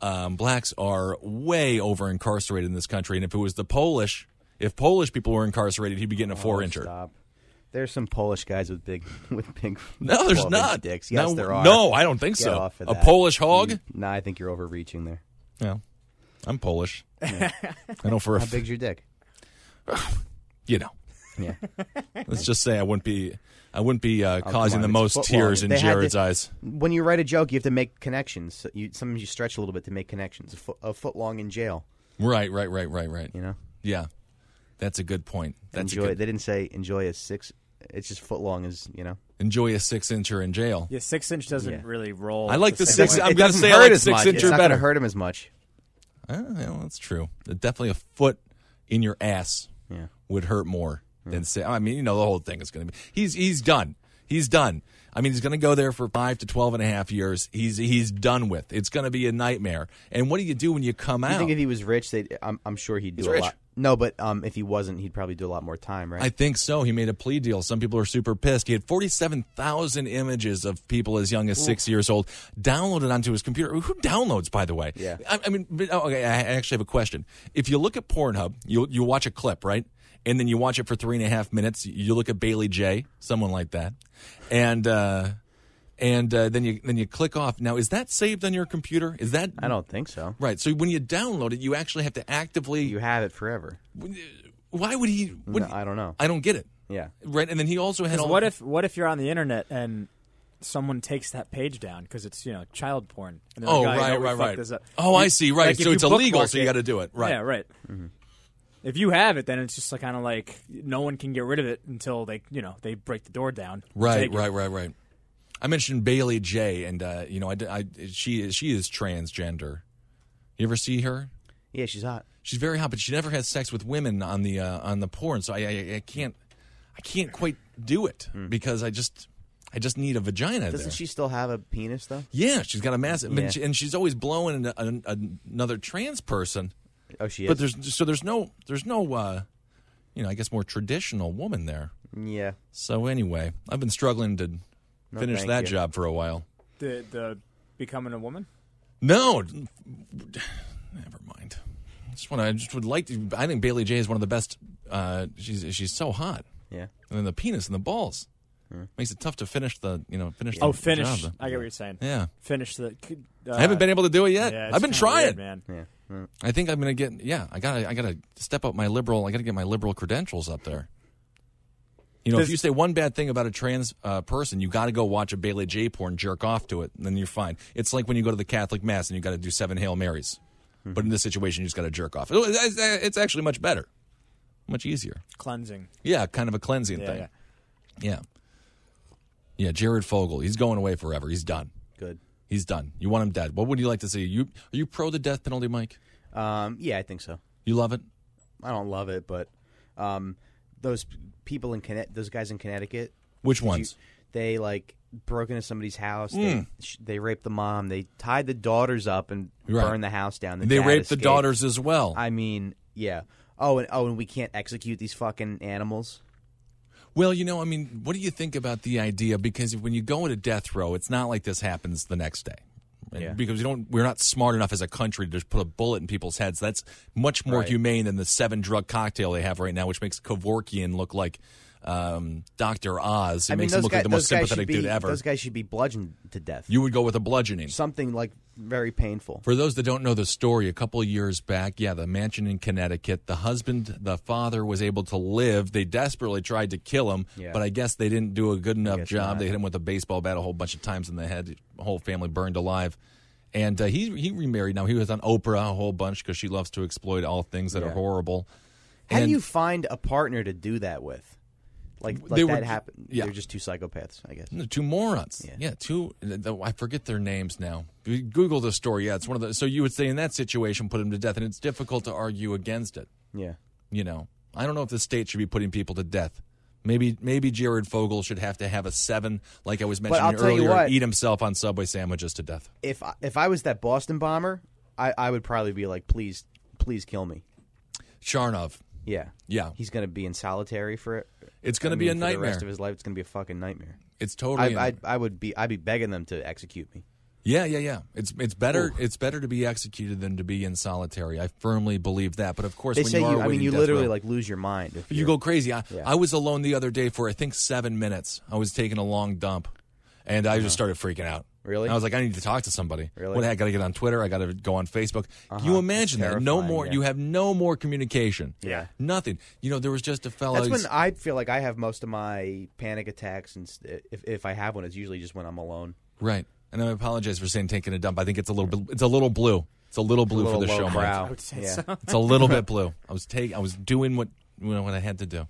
Speaker 2: um, blacks are way over incarcerated in this country. And if it was the Polish, if Polish people were incarcerated, he'd be
Speaker 4: Oh,
Speaker 2: getting a four incher.
Speaker 4: Stop. There's some Polish guys with big with big.
Speaker 2: No, there's
Speaker 4: 12 -inch
Speaker 2: not.
Speaker 4: Dicks. Yes,
Speaker 2: no,
Speaker 4: there are.
Speaker 2: No, I don't think
Speaker 4: Get
Speaker 2: so.
Speaker 4: off of
Speaker 2: a
Speaker 4: that.
Speaker 2: Polish hog?
Speaker 4: You- nah, I think you're overreaching there.
Speaker 2: Yeah. I'm Polish. I know for a
Speaker 4: How
Speaker 2: f-
Speaker 4: big's your dick?
Speaker 2: you know.
Speaker 4: Yeah.
Speaker 2: Let's just say I wouldn't be I wouldn't be uh,
Speaker 4: come
Speaker 2: causing
Speaker 4: on,
Speaker 2: the
Speaker 4: it's
Speaker 2: most
Speaker 4: football.
Speaker 2: tears in
Speaker 4: They had to-
Speaker 2: Jared's eyes.
Speaker 4: when you write a joke, you have to make connections. So you, sometimes you stretch a little bit to make connections. A foot, a foot long in jail,
Speaker 2: Right, right, right, right, right.
Speaker 4: you know.
Speaker 2: Yeah, that's a good point. That's
Speaker 4: enjoy.
Speaker 2: a good,
Speaker 4: They didn't say enjoy a six. It's just foot long is you know.
Speaker 2: enjoy a six incher in jail.
Speaker 3: Yeah, six inch doesn't
Speaker 4: Yeah.
Speaker 3: really roll.
Speaker 2: I like the
Speaker 3: same
Speaker 2: six-
Speaker 3: way.
Speaker 2: I'm
Speaker 4: it
Speaker 2: gonna
Speaker 4: doesn't
Speaker 2: say I
Speaker 4: hurt
Speaker 2: like
Speaker 4: as
Speaker 2: six
Speaker 4: much.
Speaker 2: inch
Speaker 4: It's
Speaker 2: or
Speaker 4: not gonna
Speaker 2: better.
Speaker 4: hurt him as much.
Speaker 2: Ah, well, that's true. Definitely a foot in your ass
Speaker 4: Yeah.
Speaker 2: would hurt more than say. I mean, you know, the whole thing is going to be. He's he's done. He's done. I mean, he's going to go there for five to twelve and a half years. He's he's done with. It's going to be a nightmare. And what do you do when you come
Speaker 4: I
Speaker 2: out?
Speaker 4: think if he was rich, they I'm, I'm sure he'd do
Speaker 2: He's
Speaker 4: a
Speaker 2: rich.
Speaker 4: lot. No, but um, if he wasn't, he'd probably do a lot more time, right?
Speaker 2: I think so. He made a plea deal. Some people are super pissed. He had 47,000 images of people as young as six years old downloaded onto his computer. Who downloads, by the way?
Speaker 4: Yeah.
Speaker 2: I, I mean, but- oh, okay, I I actually have a question. If you look at Pornhub, you, you watch a clip, right? And then you watch it for three and a half minutes. You look at Bailey J, someone like that. And, uh, and uh, then you then you click off. Now, is that saved on your computer? Is that
Speaker 4: I don't think so.
Speaker 2: right? So when you download it, you actually have to actively.
Speaker 4: You have it forever.
Speaker 2: why would he? Would,
Speaker 4: No, I don't know.
Speaker 2: I don't get it.
Speaker 4: Yeah.
Speaker 2: Right, and then he also had
Speaker 3: 'Cause
Speaker 2: all.
Speaker 3: What if what if you're on the internet and someone takes that page down because it's you know child porn? And they're
Speaker 2: Oh,
Speaker 3: like, "Ah, you know,
Speaker 2: right,
Speaker 3: we
Speaker 2: right,
Speaker 3: fucked
Speaker 2: right.
Speaker 3: this up."
Speaker 2: Oh, I see, right.
Speaker 3: like, if
Speaker 2: So it's
Speaker 3: you
Speaker 2: illegal,
Speaker 3: bookmark
Speaker 2: so you gotta do it, right. Mm-hmm.
Speaker 3: Yeah, right. If you have it, then it's just like, kind of like no one can get rid of it until they you know they break the door down.
Speaker 2: right,
Speaker 3: take it.
Speaker 2: right, right, right. I mentioned Bailey J, and uh, you know, I, I she is- she is transgender. You ever see her?
Speaker 4: Yeah, she's hot.
Speaker 2: She's very hot, but she never has sex with women on the uh, on the porn. So I, I I can't I can't quite do it
Speaker 3: Hmm.
Speaker 2: because I just I just need a vagina.
Speaker 4: Doesn't
Speaker 2: there.
Speaker 4: she still have a penis though?
Speaker 2: Yeah, she's got a massive,
Speaker 4: Yeah.
Speaker 2: and, she, and she's always blowing an, an, another trans person.
Speaker 4: Oh, she is.
Speaker 2: But there's so there's no there's no uh, you know I guess more traditional woman there.
Speaker 4: yeah.
Speaker 2: So anyway, I've been struggling to finish
Speaker 4: thank
Speaker 2: that
Speaker 4: you.
Speaker 2: job for a while.
Speaker 3: The the becoming a woman.
Speaker 2: No, d- never mind. I just want to. I just would like to. I think Bailey J is one of the best. Uh, she's she's so hot,
Speaker 4: Yeah.
Speaker 2: and then the penis and the balls makes it tough to finish the you know finish. The
Speaker 3: Oh, finish.
Speaker 2: job.
Speaker 3: I get what you're saying.
Speaker 2: Yeah,
Speaker 3: Finish the. Uh,
Speaker 2: I haven't been able to do it yet.
Speaker 3: Yeah, it's
Speaker 2: I've been
Speaker 3: kinda
Speaker 2: trying.
Speaker 3: weird, man.
Speaker 4: Yeah. Mm.
Speaker 2: I think I'm gonna get. Yeah, I gotta. I gotta step up my liberal. I gotta get my liberal credentials up there. You know, if
Speaker 3: Does-
Speaker 2: you say one bad thing about a trans uh, person, you got to go watch a Bailey J porn, jerk off to it, and then you're fine. It's like when you go to the Catholic mass and you got to do seven Hail Marys,
Speaker 3: Hmm.
Speaker 2: but in this situation, you just got to jerk off. It- It's it's actually much better, much easier.
Speaker 3: Cleansing.
Speaker 2: Yeah, kind of a cleansing
Speaker 3: Yeah,
Speaker 2: thing.
Speaker 3: yeah.
Speaker 2: yeah, yeah. Jared Fogle, he's going away forever. He's done.
Speaker 4: Good.
Speaker 2: He's done. You want him dead. What would you like to see? You are you pro the death penalty, Mike?
Speaker 4: Um. Yeah, I think so.
Speaker 2: You love it?
Speaker 4: I don't love it, but um, those people in Connecticut, those guys in Connecticut,
Speaker 2: Which
Speaker 4: you-
Speaker 2: ones? Mm.
Speaker 4: they like broke into somebody's house. They, sh- they raped the mom. They tied the daughters up and
Speaker 2: Right.
Speaker 4: burned the house down. The
Speaker 2: They
Speaker 4: dad
Speaker 2: raped
Speaker 4: escaped.
Speaker 2: the daughters as well.
Speaker 4: I mean, yeah. Oh, and oh, and we can't execute these fucking animals.
Speaker 2: well, you know, I mean, what do you think about the idea? Because when you go into death row, it's not like this happens the next day. And
Speaker 4: Yeah.
Speaker 2: Because we don't, we're not smart enough as a country to just put a bullet in people's heads. That's much more
Speaker 4: Right.
Speaker 2: humane than the seven drug cocktail they have right now, which makes Kevorkian look like um, Doctor Oz. It
Speaker 4: I mean,
Speaker 2: makes him
Speaker 4: those,
Speaker 2: look
Speaker 4: guy-
Speaker 2: like the most
Speaker 4: those guys should
Speaker 2: sympathetic
Speaker 4: be,
Speaker 2: dude ever.
Speaker 4: Those guys should be bludgeoned to death.
Speaker 2: you would go with a bludgeoning.
Speaker 4: Something like very painful.
Speaker 2: For those that don't know the story, a couple of years back, yeah, the mansion in Connecticut, the husband, the father was able to live. They desperately tried to kill him,
Speaker 4: Yeah.
Speaker 2: but I guess they didn't do a good enough
Speaker 4: guess
Speaker 2: job.
Speaker 4: not.
Speaker 2: They hit him with a baseball bat a whole bunch of times in the head. The whole family burned alive. And uh, he he remarried. Now he was on Oprah a whole bunch because she loves to exploit all things that are
Speaker 4: Yeah.
Speaker 2: horrible.
Speaker 4: How
Speaker 2: and-
Speaker 4: do you find a partner to do that with? Like, like
Speaker 2: They
Speaker 4: that
Speaker 2: were ju-
Speaker 4: happened.
Speaker 2: yeah.
Speaker 4: They're just two psychopaths, I guess.
Speaker 2: No, Two morons. Yeah,
Speaker 4: Yeah.
Speaker 2: two. th- th- I forget their names now. Google the story. Yeah, it's one of the. So you would say in that situation, put him to death, and it's difficult to argue against it.
Speaker 4: Yeah.
Speaker 2: you know, I don't know if the state should be putting people to death. Maybe maybe Jared Fogle should have to have a seven, like I was
Speaker 4: I'll
Speaker 2: mentioning
Speaker 4: tell you
Speaker 2: earlier, and
Speaker 4: what.
Speaker 2: eat himself on Subway sandwiches to death.
Speaker 4: if I, if I was that Boston bomber, I, I would probably be like, please, please kill me.
Speaker 2: Sharnov,
Speaker 4: Yeah,
Speaker 2: yeah,
Speaker 4: He's gonna be in solitary for it.
Speaker 2: it's going to
Speaker 4: I
Speaker 2: be a
Speaker 4: mean, for The
Speaker 2: nightmare.
Speaker 4: rest of his life, it's gonna be a fucking nightmare.
Speaker 2: It's totally,
Speaker 4: I,
Speaker 2: a-
Speaker 4: I I would be I'd be begging them to execute me.
Speaker 2: yeah, yeah, yeah. It's it's better it's better to be executed than to be in solitary. I firmly believe that. But of course,
Speaker 4: They
Speaker 2: when
Speaker 4: say
Speaker 2: you, are
Speaker 4: you. I mean,
Speaker 2: awaiting
Speaker 4: you
Speaker 2: death
Speaker 4: literally
Speaker 2: row-
Speaker 4: like lose your mind. If
Speaker 2: You
Speaker 4: you're-
Speaker 2: go crazy. I,
Speaker 4: Yeah.
Speaker 2: I was alone the other day for I think seven minutes. I was taking a long dump, and I just started freaking out.
Speaker 4: Uh-huh. Really?
Speaker 2: And I was like, I need to talk to somebody.
Speaker 4: Really?
Speaker 2: What I got to get on Twitter. I got to go on Facebook. Can you imagine
Speaker 4: It's
Speaker 2: that? No
Speaker 4: terrifying,
Speaker 2: more.
Speaker 4: yeah.
Speaker 2: You have no more communication. Yeah. Nothing. You know, there was just a fellow.
Speaker 4: That's when I feel like I have most of my panic attacks, and st- if if I have one, it's usually just when I'm alone.
Speaker 2: right. And I apologize for saying taking a dump. I think it's a little bit. It's a little blue. It's a little blue
Speaker 4: Little
Speaker 2: for the
Speaker 4: low
Speaker 2: show, Mike.
Speaker 4: brow.
Speaker 3: I would say
Speaker 4: yeah.
Speaker 3: so.
Speaker 2: It's a little bit blue. I was taking. I was doing what you know, what I had to do.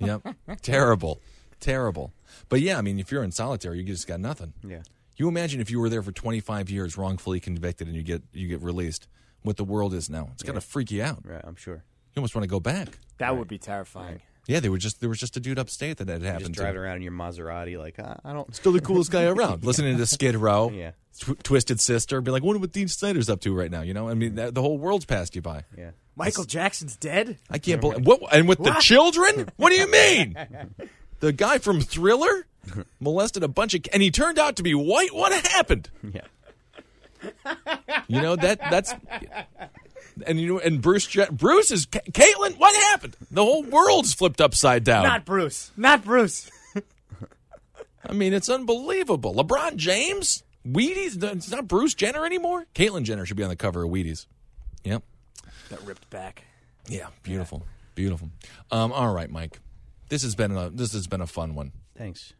Speaker 2: yep. Terrible. Terrible. But yeah, I mean, if you're in solitary, you just got nothing.
Speaker 4: Yeah.
Speaker 2: You imagine if you were there for 25 years, wrongfully convicted, and you get you get released. What the world is now, it's gonna freak you out.
Speaker 4: Right, I'm sure.
Speaker 2: You almost want to go back.
Speaker 3: That would be terrifying.
Speaker 2: Yeah, they were just there was just a dude upstate that had
Speaker 4: Just
Speaker 2: happened.
Speaker 4: driving
Speaker 2: to.
Speaker 4: around in your Maserati, like I, I don't.
Speaker 2: Still the coolest guy around. Listening to Skid Row,
Speaker 4: Yeah.
Speaker 2: Tw- Twisted Sister, be like, "Wonder what Dean Snyder's up to right now?" You know, I
Speaker 4: Mm-hmm.
Speaker 2: mean, that, the whole world's passed you by.
Speaker 4: Yeah.
Speaker 3: Michael Jackson's dead.
Speaker 2: I can't believe what and with the children? What do you mean? the guy from Thriller molested a bunch of and he turned out to be white. What happened?
Speaker 4: Yeah.
Speaker 2: You know that that's and you know and Bruce Je- Bruce is Ca- Caitlin. What happened? The whole world's flipped upside down.
Speaker 3: Not Bruce. Not Bruce.
Speaker 2: I mean, it's unbelievable. LeBron James, Wheaties. It's not Bruce Jenner anymore. Caitlyn Jenner should be on the cover of Wheaties. Yep.
Speaker 3: Got ripped back.
Speaker 2: Yeah. Beautiful. Beautiful. Um, all right, Mike. This has been a this has been a fun one.
Speaker 4: Thanks.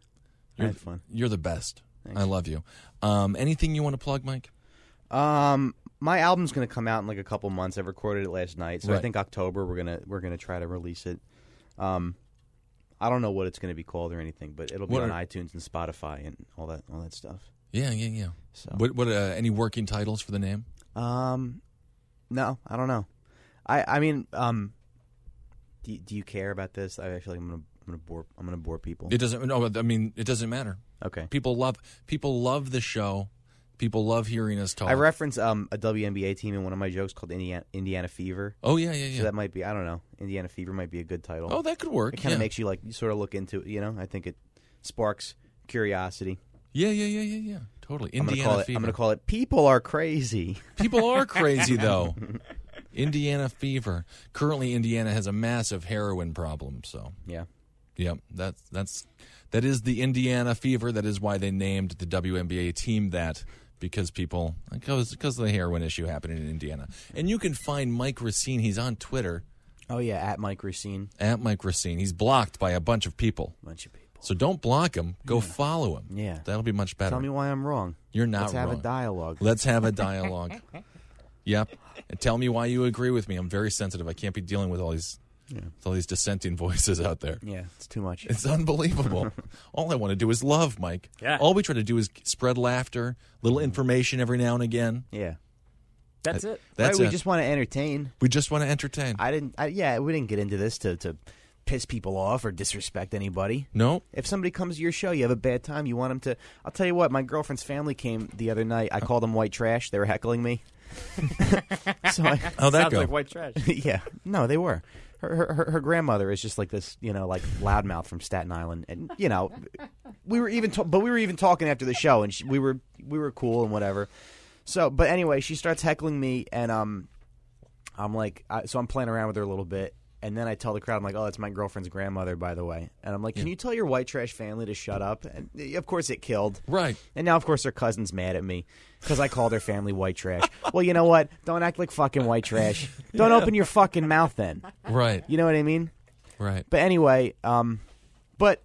Speaker 4: I had fun.
Speaker 2: You're the best. I love you. Um, anything you want to plug, Mike?
Speaker 4: Um, my album's gonna come out in like a couple months. I recorded it last night, so I
Speaker 2: Right.
Speaker 4: think October we're gonna we're gonna try to release it. Um, I don't know what it's gonna be called or anything, but it'll be
Speaker 2: What
Speaker 4: on
Speaker 2: are-
Speaker 4: iTunes and Spotify and all that all that stuff.
Speaker 2: Yeah, yeah, yeah.
Speaker 4: So.
Speaker 2: What what uh, any working titles for the name?
Speaker 4: Um, no, I don't know. I I mean, um, do, do you care about this? I feel like I'm gonna I'm gonna bore I'm gonna bore people.
Speaker 2: It doesn't. No, I mean it doesn't matter.
Speaker 4: okay.
Speaker 2: People love people love the show. People love hearing us talk.
Speaker 4: I reference um a WNBA team in one of my jokes called Indiana, Indiana Fever.
Speaker 2: oh yeah, yeah, yeah.
Speaker 4: So that might be I don't know. Indiana Fever might be a good title.
Speaker 2: oh, that could work.
Speaker 4: it kind
Speaker 2: yeah.
Speaker 4: of makes you like you sort of look into it. You know, I think it sparks curiosity.
Speaker 2: yeah, yeah, yeah, yeah, yeah. Totally.
Speaker 4: I'm gonna
Speaker 2: Indiana
Speaker 4: call it.
Speaker 2: Fever.
Speaker 4: I'm gonna call it. People are crazy.
Speaker 2: People are crazy though. Indiana fever. Currently, Indiana has a massive heroin problem. So,
Speaker 4: Yeah.
Speaker 2: yep, that's that's that is the Indiana fever. That is why they named the WNBA team that because people because because of the heroin issue happening in Indiana. And you can find Mike Racine. He's on Twitter
Speaker 4: Oh yeah. At Mike Racine,
Speaker 2: at Mike Racine. He's blocked by a bunch of people.
Speaker 4: bunch of people.
Speaker 2: So don't block him. Go follow him.
Speaker 4: Yeah.
Speaker 2: that'll be much better.
Speaker 4: Tell me why I'm wrong.
Speaker 2: You're not
Speaker 4: Let's have
Speaker 2: wrong.
Speaker 4: a dialogue.
Speaker 2: Let's have a dialogue. yep. And tell me why you agree with me. I'm very sensitive. I can't be dealing with all these with all these dissenting voices out there.
Speaker 4: yeah, it's too much.
Speaker 2: It's unbelievable. all I want to do is love, Mike.
Speaker 3: Yeah.
Speaker 2: All we try to do is spread laughter, little information every now and again.
Speaker 4: Yeah.
Speaker 3: That's it.
Speaker 2: That's
Speaker 4: right,
Speaker 2: it.
Speaker 4: we just want to entertain.
Speaker 2: we just want to entertain.
Speaker 4: I didn't. I, yeah, we didn't get into this to to piss people off or disrespect anybody.
Speaker 2: no.
Speaker 4: If somebody comes to your show, you have a bad time. You want them to. I'll tell you what. My girlfriend's family came the other night. I called them white trash. They were heckling me. so I,
Speaker 2: How that
Speaker 3: Sounds
Speaker 2: Oh, go?
Speaker 3: like white trash.
Speaker 4: yeah, no, they were. Her, her- her her grandmother is just like this, you know, like loudmouth from Staten Island, and you know, we were even, ta- but we were even talking after the show, and she, we were we were cool and whatever. So, but anyway, she starts heckling me, and um, I'm like, I, so I'm playing around with her a little bit, and then I tell the crowd, I'm like, oh, that's my girlfriend's grandmother, by the way, and I'm like, can you tell your white trash family to shut up? And eh, of course, it killed.
Speaker 2: Right.
Speaker 4: And now, of course, their cousin's mad at me because I call their family white trash. well, you know what? Don't act like fucking white trash. Don't open your fucking mouth then.
Speaker 2: Right.
Speaker 4: You know what I mean?
Speaker 2: Right.
Speaker 4: But anyway, um, but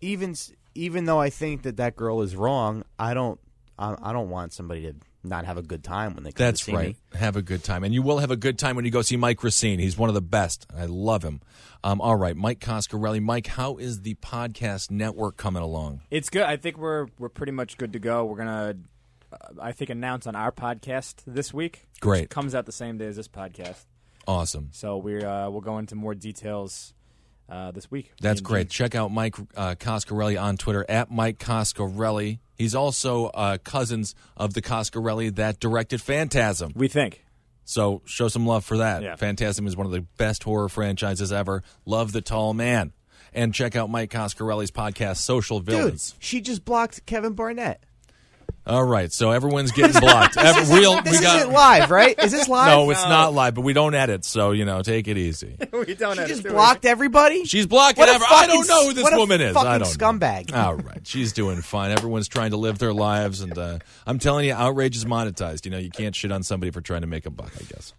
Speaker 4: even s- even though I think that that girl is wrong, I don't I, I don't want somebody to not have a good time when they come to
Speaker 2: That's
Speaker 4: see
Speaker 2: right.
Speaker 4: me.
Speaker 2: Have a good time. And you will have a good time when you go see Mike Racine. He's one of the best. I love him. Um, all right, Mike Coscarelli. Mike, how is the podcast network coming along?
Speaker 3: It's good. I think we're we're pretty much good to go. We're gonna, uh, I think, announce on our podcast this week. which
Speaker 2: Great.
Speaker 3: comes out the same day as this podcast,
Speaker 2: Awesome.
Speaker 3: so we uh, we'll go into more details uh, this week.
Speaker 2: That's
Speaker 3: Me and
Speaker 2: great.
Speaker 3: Gene.
Speaker 2: Check out Mike uh, Coscarelli on Twitter at Mike Coscarelli. He's also uh, cousins of the Coscarelli that directed Phantasm.
Speaker 3: We think.
Speaker 2: So show some love for that.
Speaker 3: Yeah.
Speaker 2: Phantasm is one of the best horror franchises ever. Love the Tall Man. And check out Mike Coscarelli's podcast, Social
Speaker 4: Dude,
Speaker 2: Villains.
Speaker 4: she just blocked Kevin Barnett.
Speaker 2: All right, so everyone's getting blocked. Ev- real,
Speaker 4: This
Speaker 2: Oh, we got
Speaker 4: isn't live, right? Is this live?
Speaker 2: no, it's not live, but we don't edit, so you know, take it easy.
Speaker 3: we don't
Speaker 4: She just blocked everybody.
Speaker 2: She's blocking.
Speaker 4: What a
Speaker 2: every- I
Speaker 4: fucking
Speaker 2: don't know who
Speaker 4: s-
Speaker 2: this
Speaker 4: what a
Speaker 2: woman is. I
Speaker 4: fucking
Speaker 2: don't
Speaker 4: scumbag.
Speaker 2: Know. All right, she's doing fine. Everyone's trying to live their lives, and uh, I'm telling you, outrage is monetized. You know, you can't shit on somebody for trying to make a buck. I guess.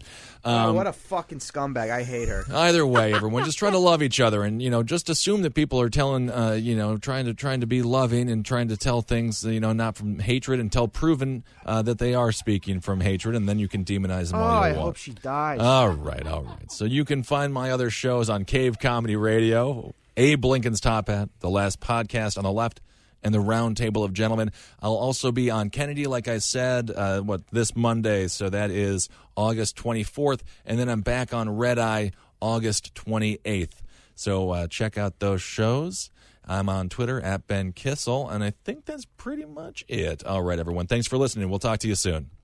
Speaker 4: Oh,
Speaker 2: um,
Speaker 4: what a fucking scumbag! I hate her.
Speaker 2: Either way, everyone just try to love each other, and you know, just assume that people are telling, uh, you know, trying to trying to be loving and trying to tell things, you know, not from hatred until proven uh, that they are speaking from hatred, and then you can demonize them
Speaker 4: Oh,
Speaker 2: all you
Speaker 4: I
Speaker 2: want.
Speaker 4: hope she dies.
Speaker 2: All right, all right. So you can find my other shows on Cave Comedy Radio, Abe Lincoln's Top Hat, The Last Podcast on the Left, and The Round Table of Gentlemen. I'll also be on Kennedy, like I said, uh, what this Monday, so that is August 24th, and then I'm back on Red Eye August 28th. So uh, check out those shows. I'm on Twitter at Ben Kissel, and I think that's pretty much it. All right, everyone. Thanks for listening. We'll talk to you soon.